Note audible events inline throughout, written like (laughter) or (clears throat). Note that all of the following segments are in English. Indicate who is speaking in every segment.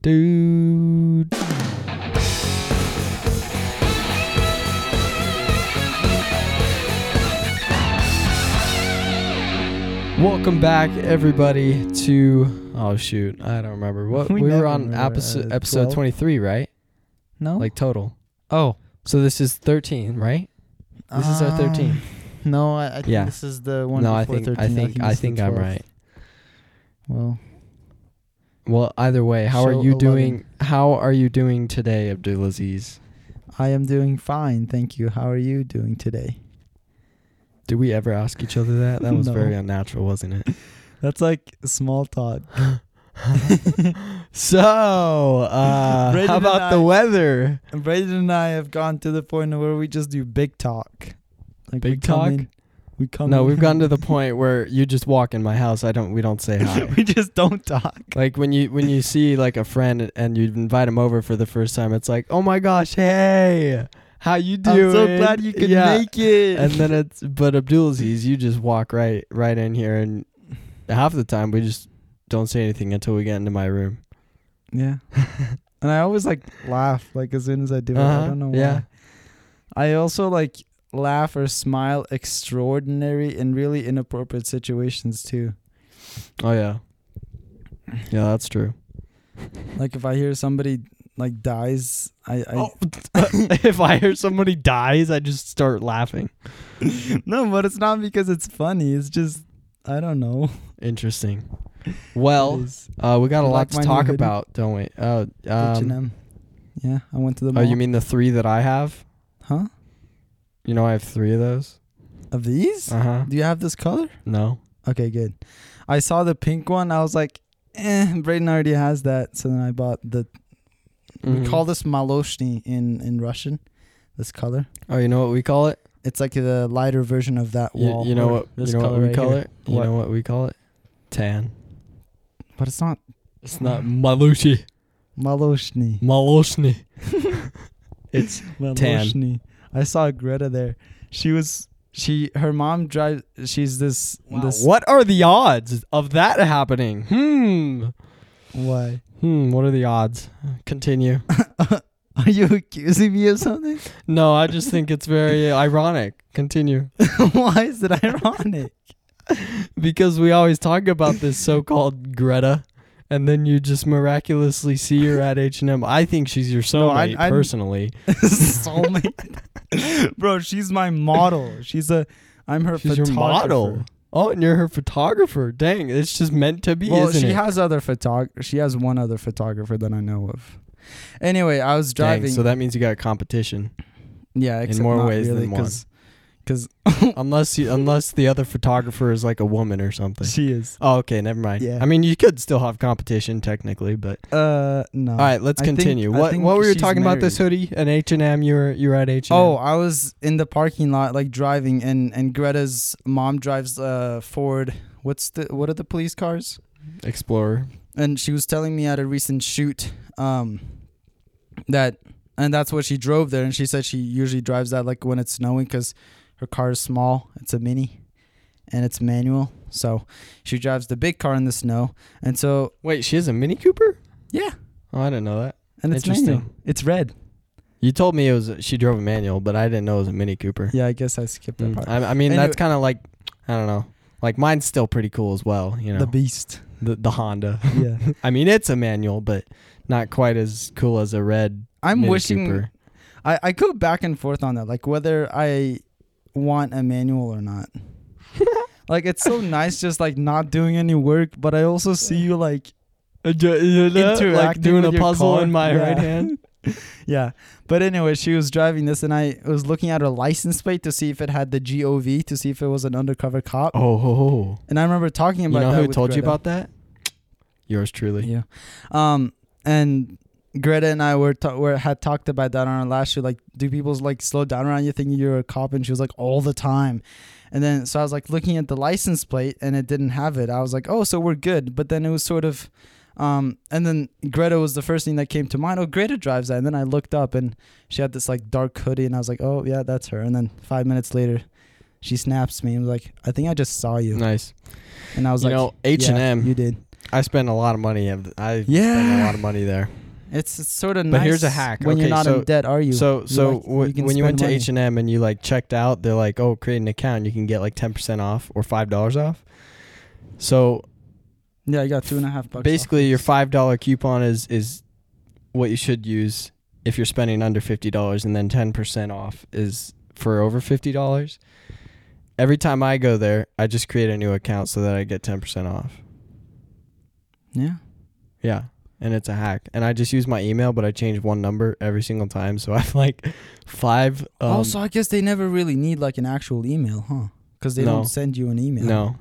Speaker 1: Do-do-do-do-do-do. Welcome back, everybody, to oh shoot, I don't remember what
Speaker 2: We
Speaker 1: we, were
Speaker 2: never
Speaker 1: on
Speaker 2: remember,
Speaker 1: episode
Speaker 2: uh,
Speaker 1: episode
Speaker 2: 12?
Speaker 1: twenty three, right?
Speaker 2: No.
Speaker 1: Like total.
Speaker 2: oh,
Speaker 1: So this is thirteen, right? This is our thirteen.
Speaker 2: Um, No, I, I think
Speaker 1: Yeah.
Speaker 2: this is the one.
Speaker 1: no, I
Speaker 2: before
Speaker 1: think
Speaker 2: 13.
Speaker 1: I think
Speaker 2: this
Speaker 1: I
Speaker 2: is the
Speaker 1: think I'm
Speaker 2: 12th.
Speaker 1: right.
Speaker 2: Well,
Speaker 1: Well, either way, how are
Speaker 2: So
Speaker 1: you
Speaker 2: 11.
Speaker 1: doing? How are you doing today, Abdulaziz?
Speaker 2: I am doing fine, thank you. How are you doing today?
Speaker 1: Did we ever ask each other that? (laughs) That was
Speaker 2: No.
Speaker 1: very unnatural, wasn't it?
Speaker 2: That's like small talk.
Speaker 1: (laughs) So, (laughs) uh,
Speaker 2: Brandon
Speaker 1: how
Speaker 2: and
Speaker 1: about the
Speaker 2: I-
Speaker 1: weather?
Speaker 2: And Braden and I have gone to the point where we just do big talk. Like we
Speaker 1: Big
Speaker 2: come
Speaker 1: talk?
Speaker 2: in- we come.
Speaker 1: No,
Speaker 2: in-
Speaker 1: we've
Speaker 2: (laughs)
Speaker 1: gotten to the point where you just walk in my house. I don't. We don't say (laughs) hi.
Speaker 2: we just don't talk.
Speaker 1: like when you when you see like a friend and you invite him over for the first time, it's like, oh my gosh, hey, how you doing?
Speaker 2: I'm so glad you could
Speaker 1: Yeah.
Speaker 2: make it.
Speaker 1: And then it's but Abdulaziz, you just walk right right in here, and half the time we just don't say anything until we get into my room. (laughs)
Speaker 2: Yeah. and I always like laugh like as soon as I do it.
Speaker 1: Uh-huh,
Speaker 2: I don't know why.
Speaker 1: yeah.
Speaker 2: I also like laugh or smile extraordinary in really inappropriate situations too.
Speaker 1: Oh yeah, yeah, that's true.
Speaker 2: Like if I hear somebody like dies, I, I
Speaker 1: Oh. if I hear somebody dies, I just start laughing.
Speaker 2: (laughs) no, but it's not because it's funny. It's just I don't know.
Speaker 1: Interesting.
Speaker 2: It
Speaker 1: Well,
Speaker 2: is
Speaker 1: uh, we got a
Speaker 2: You
Speaker 1: lot
Speaker 2: like
Speaker 1: to
Speaker 2: my new
Speaker 1: talk
Speaker 2: hoodie?
Speaker 1: about, don't we? Oh, um,
Speaker 2: H&M. Yeah, I went to the
Speaker 1: oh,
Speaker 2: mall.
Speaker 1: you mean the three that I have?
Speaker 2: huh?
Speaker 1: You know, I have three of those.
Speaker 2: Of these?
Speaker 1: Uh huh.
Speaker 2: do you have this color?
Speaker 1: No.
Speaker 2: Okay, good. I saw the pink one. I was like, eh, Brayden already has that. So then I bought the We
Speaker 1: Mhm.
Speaker 2: call this maloshni in in Russian. This color.
Speaker 1: Oh, you know what we call it?
Speaker 2: It's like the lighter version of that
Speaker 1: You,
Speaker 2: wall.
Speaker 1: you know
Speaker 2: or
Speaker 1: what?
Speaker 2: this
Speaker 1: You know what
Speaker 2: color
Speaker 1: we
Speaker 2: right
Speaker 1: call
Speaker 2: here.
Speaker 1: it? You
Speaker 2: What?
Speaker 1: know what we call it? Tan.
Speaker 2: But it's not
Speaker 1: It's not malushi,
Speaker 2: maloshni.
Speaker 1: maloshni. (laughs) it's
Speaker 2: (laughs) Maloshni. I saw Greta there. She was she her mom drives she's this this
Speaker 1: What are the odds of that happening? Hmm.
Speaker 2: why? (laughs)
Speaker 1: Hmm. What are the odds? Continue.
Speaker 2: Are you accusing me of something? (laughs)
Speaker 1: No, I just think it's very uh, ironic. Continue.
Speaker 2: why is it ironic? (laughs)
Speaker 1: Because we always talk about this so-called Greta, and then you just miraculously see her at H and M. I think she's your
Speaker 2: No, I-
Speaker 1: soulmate
Speaker 2: I-
Speaker 1: personally.
Speaker 2: Soulmate. (laughs) Bro, she's my model. She's a I'm her
Speaker 1: She's your model.
Speaker 2: photographer.
Speaker 1: Oh, and you're her photographer. Dang, it's just meant to be,
Speaker 2: Well,
Speaker 1: isn't
Speaker 2: she
Speaker 1: it?
Speaker 2: has other photog. She has one other photographer that I know of. Anyway, I was
Speaker 1: Dang,
Speaker 2: driving.
Speaker 1: so that means you got
Speaker 2: (coughs)
Speaker 1: competition,
Speaker 2: yeah, except
Speaker 1: more
Speaker 2: not
Speaker 1: ways than
Speaker 2: really,
Speaker 1: one.
Speaker 2: Because
Speaker 1: unless you, unless the other photographer is like a woman or something.
Speaker 2: she is.
Speaker 1: Oh, okay, never mind.
Speaker 2: Yeah.
Speaker 1: I mean, you could still have competition technically, but
Speaker 2: Uh, no.
Speaker 1: all right, let's
Speaker 2: I think-
Speaker 1: continue.
Speaker 2: I
Speaker 1: what
Speaker 2: think
Speaker 1: what were you
Speaker 2: she's
Speaker 1: talking about this hoodie and H and M? You were you were at H and M.
Speaker 2: Oh, I was in the parking lot, like driving, and and Greta's mom drives uh Ford. What's the what are the police cars?
Speaker 1: Explorer.
Speaker 2: And she was telling me at a recent shoot, um, that and that's what she drove there. And she said she usually drives that like when it's snowing because her car is small. It's a mini, and it's manual. So she drives the big car in the snow. And so
Speaker 1: Wait, she has a Mini Cooper?
Speaker 2: yeah,
Speaker 1: Oh, I didn't know that.
Speaker 2: and it's
Speaker 1: Interesting.
Speaker 2: manual. It's red.
Speaker 1: You told me it was she drove a manual, but I didn't know it was a Mini Cooper.
Speaker 2: Yeah, I guess I skipped that
Speaker 1: Mm,
Speaker 2: part.
Speaker 1: I, I mean,
Speaker 2: Anyway-
Speaker 1: that's kind of like I don't know. Like mine's still pretty cool as well. You know,
Speaker 2: The
Speaker 1: (laughs)
Speaker 2: beast.
Speaker 1: the, the
Speaker 2: (laughs)
Speaker 1: Honda.
Speaker 2: Yeah.
Speaker 1: I mean, it's a manual, but not quite as cool as a red.
Speaker 2: I'm
Speaker 1: Mini
Speaker 2: wishing
Speaker 1: Cooper.
Speaker 2: I, I go back and forth on that, like whether I want a manual
Speaker 1: (laughs)
Speaker 2: or not. like it's so nice just like not doing any work, but I also see you like
Speaker 1: interacting like
Speaker 2: interacting
Speaker 1: doing
Speaker 2: with
Speaker 1: a
Speaker 2: your
Speaker 1: puzzle
Speaker 2: car.
Speaker 1: in my
Speaker 2: Yeah.
Speaker 1: right hand.
Speaker 2: yeah. But anyway, she was driving this and I was looking at her license plate to see if it had the GOV to see if it was an undercover cop.
Speaker 1: (laughs) Oh, ho, ho.
Speaker 2: And I remember talking
Speaker 1: you
Speaker 2: about
Speaker 1: know
Speaker 2: that
Speaker 1: who
Speaker 2: with
Speaker 1: told you
Speaker 2: Greta.
Speaker 1: about that? Yours truly.
Speaker 2: Yeah. Um and Greta and I were, ta- were had talked about that on our last show. Like, do people like slow down around you thinking you're a cop? And she was like, all the time. And then so I was like looking at the license plate and it didn't have it. I was like, oh, so we're good. But then it was sort of, um, and then Greta was the first thing that came to mind. Oh, Greta drives that. And then I looked up and she had this like dark hoodie and I was like, oh yeah, that's her. And then five minutes later, she snaps me and was like, I think I just saw you.
Speaker 1: Nice.
Speaker 2: And I was
Speaker 1: you
Speaker 2: like,
Speaker 1: know, H and
Speaker 2: "Yeah,
Speaker 1: M.
Speaker 2: you did.
Speaker 1: I spent a lot of money. of- I spent a
Speaker 2: Yeah.
Speaker 1: lot of money there.
Speaker 2: It's, it's sort of nice.
Speaker 1: But here's a hack.
Speaker 2: When
Speaker 1: Okay,
Speaker 2: you're not
Speaker 1: so-
Speaker 2: in debt, are you?
Speaker 1: so so
Speaker 2: like-
Speaker 1: wh-
Speaker 2: you can
Speaker 1: when you
Speaker 2: spend
Speaker 1: went to
Speaker 2: money.
Speaker 1: H and M and you like checked out, they're like, "Oh, create an account. You can get like ten percent off or five dollars off." So
Speaker 2: yeah, I got two and a half bucks. off.
Speaker 1: basically, your five dollar coupon is is what you should use if you're spending under fifty dollars, and then ten percent off is for over fifty dollars. Every time I go there, I just create a new account so that I get ten percent off.
Speaker 2: Yeah.
Speaker 1: Yeah. And it's a hack. And I just use my email, but I change one number every single time. So (laughs) I have like five. Um,
Speaker 2: also, I guess they never really need like an actual email, huh? Because they
Speaker 1: No.
Speaker 2: don't send you an email.
Speaker 1: no.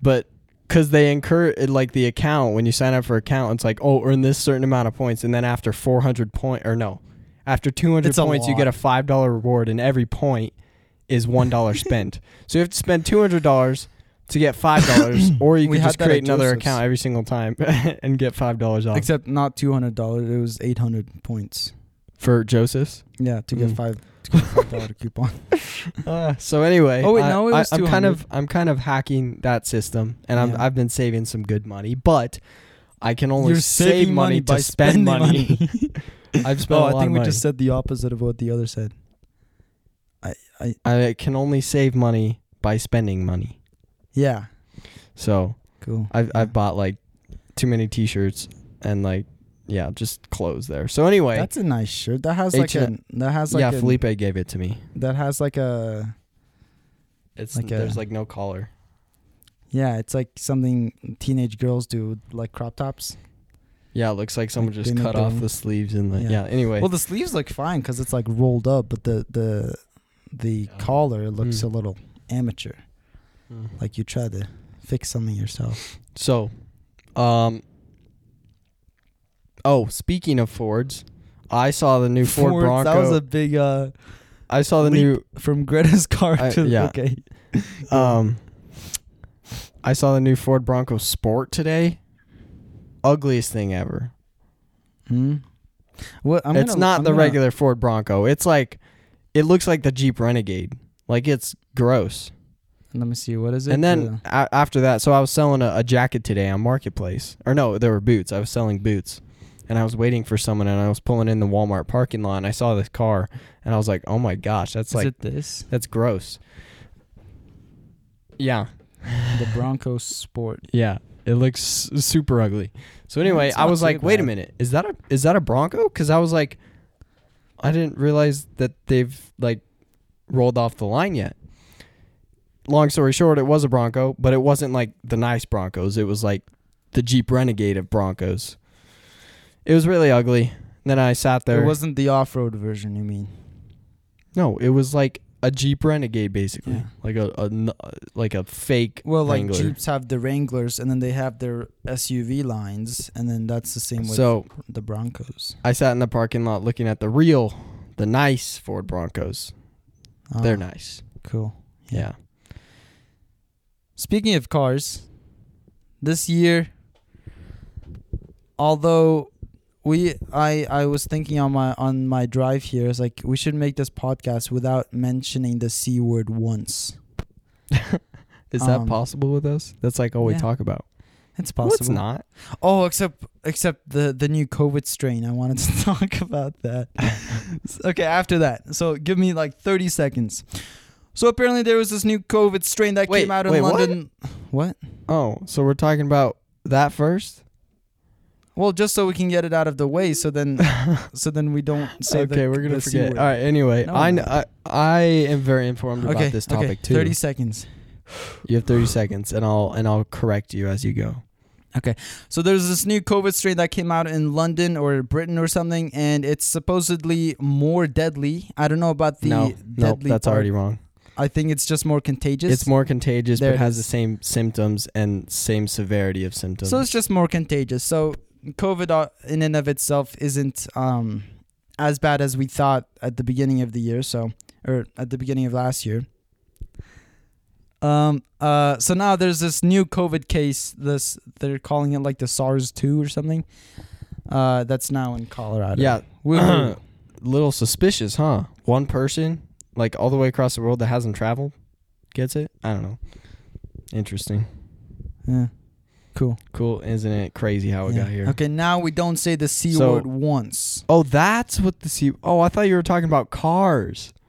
Speaker 1: But because they incur it like the account, when you sign up for account, it's like, oh, earn this certain amount of points. And then after 400 point or no, after 200
Speaker 2: It's a
Speaker 1: points, you
Speaker 2: lot.
Speaker 1: get a $5 reward. And every point is
Speaker 2: (laughs)
Speaker 1: $1 spent. So you have to spend $200. To get five dollars,
Speaker 2: (coughs)
Speaker 1: or you
Speaker 2: We
Speaker 1: can
Speaker 2: had
Speaker 1: just
Speaker 2: that at
Speaker 1: create another
Speaker 2: Joseph's.
Speaker 1: account every single time (laughs) and get five dollars off
Speaker 2: Except not two hundred dollars. It was eight hundred points.
Speaker 1: for Joseph's.
Speaker 2: Yeah, to get
Speaker 1: Mm.
Speaker 2: five to get a five dollar
Speaker 1: (laughs)
Speaker 2: coupon.
Speaker 1: Uh, so anyway,
Speaker 2: Oh, wait,
Speaker 1: I,
Speaker 2: no, it was
Speaker 1: I, am kind
Speaker 2: 200.
Speaker 1: of I'm kind of hacking that system, and I'm,
Speaker 2: Yeah.
Speaker 1: I've been saving some good money, but I can only
Speaker 2: You're
Speaker 1: save
Speaker 2: saving
Speaker 1: money, to spend
Speaker 2: spending
Speaker 1: money. (laughs)
Speaker 2: (laughs)
Speaker 1: I've spent
Speaker 2: oh,
Speaker 1: a
Speaker 2: I
Speaker 1: lot
Speaker 2: think
Speaker 1: of
Speaker 2: we
Speaker 1: money.
Speaker 2: just said the opposite of what the other said.
Speaker 1: I can only save money by spending money.
Speaker 2: Yeah.
Speaker 1: So
Speaker 2: Cool.
Speaker 1: I've
Speaker 2: Yeah.
Speaker 1: I've bought like too many T-shirts and like yeah, just clothes there. So anyway,
Speaker 2: That's a nice shirt. That has like
Speaker 1: H&M.
Speaker 2: a that has like
Speaker 1: yeah,
Speaker 2: a,
Speaker 1: Felipe gave it to me.
Speaker 2: that has like a
Speaker 1: It's
Speaker 2: Like
Speaker 1: there's
Speaker 2: a-
Speaker 1: like no collar.
Speaker 2: yeah, it's like something teenage girls do with like crop tops.
Speaker 1: Yeah, it looks like someone
Speaker 2: Like,
Speaker 1: just
Speaker 2: they make
Speaker 1: cut
Speaker 2: their
Speaker 1: off
Speaker 2: own-
Speaker 1: the sleeves and the yeah.
Speaker 2: Yeah.
Speaker 1: anyway,
Speaker 2: Well, the sleeves look fine because it's like rolled up, but the the the
Speaker 1: Yeah.
Speaker 2: collar looks
Speaker 1: Mm.
Speaker 2: a little amateur.
Speaker 1: Mm.
Speaker 2: Like you try to fix something yourself.
Speaker 1: So, um, oh, speaking of Fords, I saw the new Ford Bronco.
Speaker 2: That was a big uh
Speaker 1: I saw the
Speaker 2: leap from Greta's (laughs) car
Speaker 1: I-
Speaker 2: to
Speaker 1: yeah.
Speaker 2: okay.
Speaker 1: new, um, I saw the new Ford Bronco Sport today. Ugliest thing ever.
Speaker 2: Hmm. What I'm
Speaker 1: it's
Speaker 2: gonna-
Speaker 1: not
Speaker 2: I'm
Speaker 1: the
Speaker 2: gonna-
Speaker 1: regular Ford Bronco. It's like, it looks like the Jeep Renegade. Like it's gross.
Speaker 2: Let me see. What is it?
Speaker 1: And
Speaker 2: Uh,
Speaker 1: then a- after that, so I was selling a, a jacket today on Marketplace. Or no, there were boots. I was selling boots. And I was waiting for someone and I was pulling in the Walmart parking lot and I saw this car and I was like, "Oh my gosh, that's
Speaker 2: is
Speaker 1: like
Speaker 2: it this?
Speaker 1: that's gross." Yeah.
Speaker 2: the Bronco Sport.
Speaker 1: Yeah. It looks s- super ugly. So anyway,
Speaker 2: It's
Speaker 1: I
Speaker 2: not
Speaker 1: was
Speaker 2: too
Speaker 1: like, "Wait a
Speaker 2: bad.
Speaker 1: minute. Is that a is that a Bronco?" Cuz I was like I didn't realize that they've like rolled off the line yet. Long story short, it was a Bronco, but it wasn't like the nice Broncos. It was like the Jeep Renegade of Broncos. It was really ugly. And then I sat there.
Speaker 2: It wasn't the off-road version. You mean?
Speaker 1: no, it was like a Jeep Renegade basically.
Speaker 2: Yeah.
Speaker 1: Like a, a n- like a fake
Speaker 2: Well, like
Speaker 1: Wrangler.
Speaker 2: Jeeps have the Wranglers, and then they have their SUV lines, and then that's the same with
Speaker 1: So,
Speaker 2: the Broncos.
Speaker 1: I sat in the parking lot looking at the real, the nice Ford Broncos. They're
Speaker 2: Ah,
Speaker 1: nice.
Speaker 2: cool.
Speaker 1: Yeah.
Speaker 2: Speaking of cars, this year, although we, I, I was thinking on my on my drive here, it's like we should make this podcast without mentioning the c word once.
Speaker 1: Is that
Speaker 2: Um,
Speaker 1: possible with us? That's like all we
Speaker 2: yeah.
Speaker 1: talk about.
Speaker 2: It's
Speaker 1: No,
Speaker 2: possible.
Speaker 1: it's not.
Speaker 2: Oh, except except the the new COVID strain. I wanted to (laughs) talk about
Speaker 1: (laughs)
Speaker 2: that. okay, after that. So give me like thirty seconds. So apparently there was this new COVID strain that
Speaker 1: Wait,
Speaker 2: came out in
Speaker 1: wait, what?
Speaker 2: London. What?
Speaker 1: Oh, so we're talking about that first?
Speaker 2: Well, just so we can get it out of the way,
Speaker 1: (laughs)
Speaker 2: so then so then we don't say the-
Speaker 1: okay, we're gonna
Speaker 2: the C
Speaker 1: forget.
Speaker 2: word.
Speaker 1: All right. Anyway,
Speaker 2: No,
Speaker 1: I,
Speaker 2: no.
Speaker 1: kn- I I am very informed
Speaker 2: okay,
Speaker 1: about this topic
Speaker 2: okay,
Speaker 1: too.
Speaker 2: Thirty seconds.
Speaker 1: you have thirty seconds, and I'll and I'll correct you as you go.
Speaker 2: So there's this new COVID strain that came out in London or Britain or something, and it's supposedly more deadly. I don't know about the
Speaker 1: no, no,
Speaker 2: deadly
Speaker 1: that's
Speaker 2: part.
Speaker 1: already wrong.
Speaker 2: I think it's just more contagious.
Speaker 1: it's more contagious,
Speaker 2: there
Speaker 1: but
Speaker 2: it
Speaker 1: has
Speaker 2: is.
Speaker 1: the same symptoms and same severity of symptoms.
Speaker 2: So it's just more contagious. So COVID uh, in and of itself isn't um, as bad as we thought at the beginning of the year. So or at the beginning of last year. Um. Uh. So now there's this new COVID case. This they're calling it like the SARS two or something. Uh. That's now in Colorado.
Speaker 1: yeah, (clears throat) (coughs)
Speaker 2: Woohoo.
Speaker 1: little suspicious, huh? One person, like all the way across the world that hasn't traveled, gets it. I don't know. Interesting.
Speaker 2: yeah. Cool.
Speaker 1: Cool, isn't it? Crazy how it
Speaker 2: Yeah.
Speaker 1: got here.
Speaker 2: Okay, now we don't say the c
Speaker 1: So-
Speaker 2: word once.
Speaker 1: Oh, that's what the sea. Oh, I thought you were talking about cars. (laughs)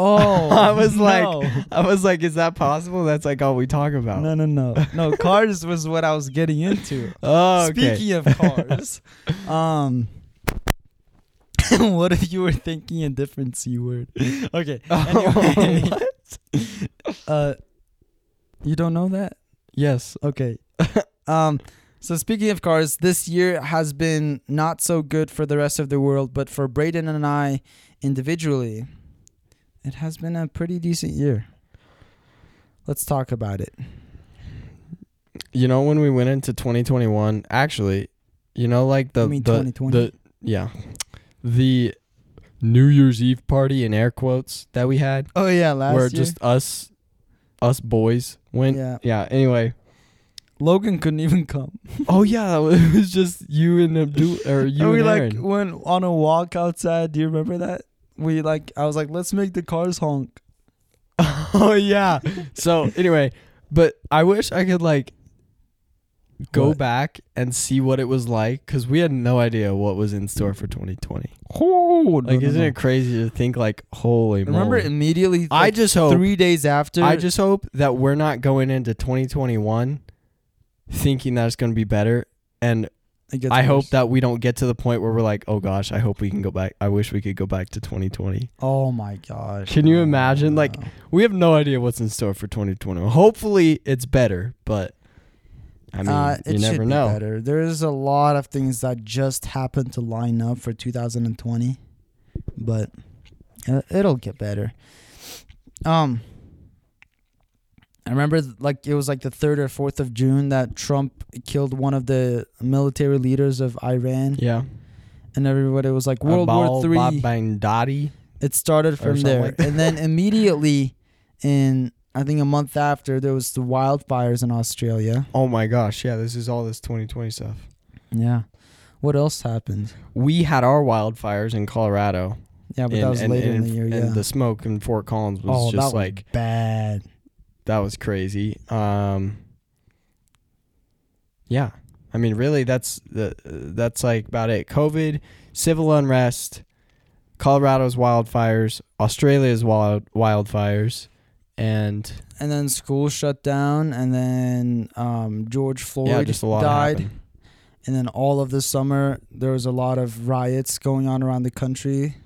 Speaker 2: Oh,
Speaker 1: (laughs) I was like- (laughs)
Speaker 2: no.
Speaker 1: I was like, is that possible? That's like all we talk about.
Speaker 2: no, no, no,
Speaker 1: (laughs)
Speaker 2: no. Cars was what I was getting into.
Speaker 1: Oh, okay.
Speaker 2: Speaking of (laughs) cars, um, (laughs) what if you were thinking a different c word? (laughs) Okay. Anyway, (laughs) uh, you don't know that?
Speaker 1: yes.
Speaker 2: Okay. (laughs) um, so speaking of cars, this year has been not so good for the rest of the world, but for Braden and I individually, it has been a pretty decent year. Let's talk about it.
Speaker 1: You know when we went into 2021, actually, you know like the
Speaker 2: You mean
Speaker 1: the
Speaker 2: 2020?
Speaker 1: the yeah, the New Year's Eve party in air quotes that we had,
Speaker 2: Oh yeah, last
Speaker 1: where
Speaker 2: year.
Speaker 1: just us, us boys went.
Speaker 2: Yeah.
Speaker 1: Anyway, (laughs)
Speaker 2: Logan couldn't even come.
Speaker 1: oh yeah, it was (laughs) just you and Abdul
Speaker 2: (laughs)
Speaker 1: or you
Speaker 2: and
Speaker 1: and,
Speaker 2: we like
Speaker 1: Aaron. (laughs)
Speaker 2: went on a walk outside. Do you remember that? We like I was like, let's make the cars honk.
Speaker 1: oh yeah. So anyway, but I wish I could like go
Speaker 2: What?
Speaker 1: back and see what it was like because we had no idea what was in store for 2020.
Speaker 2: Oh,
Speaker 1: Like, isn't it crazy to think like, holy
Speaker 2: Remember
Speaker 1: moly.
Speaker 2: immediately.
Speaker 1: I
Speaker 2: like,
Speaker 1: just hope
Speaker 2: three days after.
Speaker 1: I just hope that we're not going into 2021 thinking that it's going to be better and
Speaker 2: it gets
Speaker 1: I
Speaker 2: worse.
Speaker 1: hope that we don't get to the point where we're like, "Oh gosh, I hope we can go back. I wish we could go back to 2020."
Speaker 2: Oh my gosh.
Speaker 1: Can you
Speaker 2: no,
Speaker 1: imagine, like-
Speaker 2: no.
Speaker 1: We have no idea what's in store for 2021. Hopefully, it's better, but I mean,
Speaker 2: Uh,
Speaker 1: you
Speaker 2: it should
Speaker 1: never
Speaker 2: be
Speaker 1: know.
Speaker 2: Better. There's a lot of things that just happened to line up for 2020, but uh, it'll get better. Um, I remember th- like it was like the third or fourth of June that Trump killed one of the military leaders of Iran,
Speaker 1: Yeah.
Speaker 2: and everybody was like World War Three.
Speaker 1: Bandati.
Speaker 2: It started from
Speaker 1: something
Speaker 2: there.
Speaker 1: like (laughs)
Speaker 2: and then immediately in I think a month after there was the wildfires in Australia.
Speaker 1: Oh my gosh, yeah, this is all this 2020 stuff.
Speaker 2: Yeah. What else happened?
Speaker 1: We had our wildfires in Colorado.
Speaker 2: Yeah, but that
Speaker 1: and-
Speaker 2: was
Speaker 1: and-
Speaker 2: later
Speaker 1: and-
Speaker 2: in the year, yeah.
Speaker 1: And the smoke in Fort Collins was
Speaker 2: oh, that
Speaker 1: just
Speaker 2: was
Speaker 1: like
Speaker 2: bad.
Speaker 1: that was crazy. Um, yeah, I mean, really, that's the that's like about it. COVID, civil unrest, Colorado's wildfires, Australia's wild wildfires, and
Speaker 2: And then school shut down and then um, George Floyd
Speaker 1: yeah, just a lot
Speaker 2: died.
Speaker 1: happened.
Speaker 2: And then all of the summer there was a lot of riots going on around the country.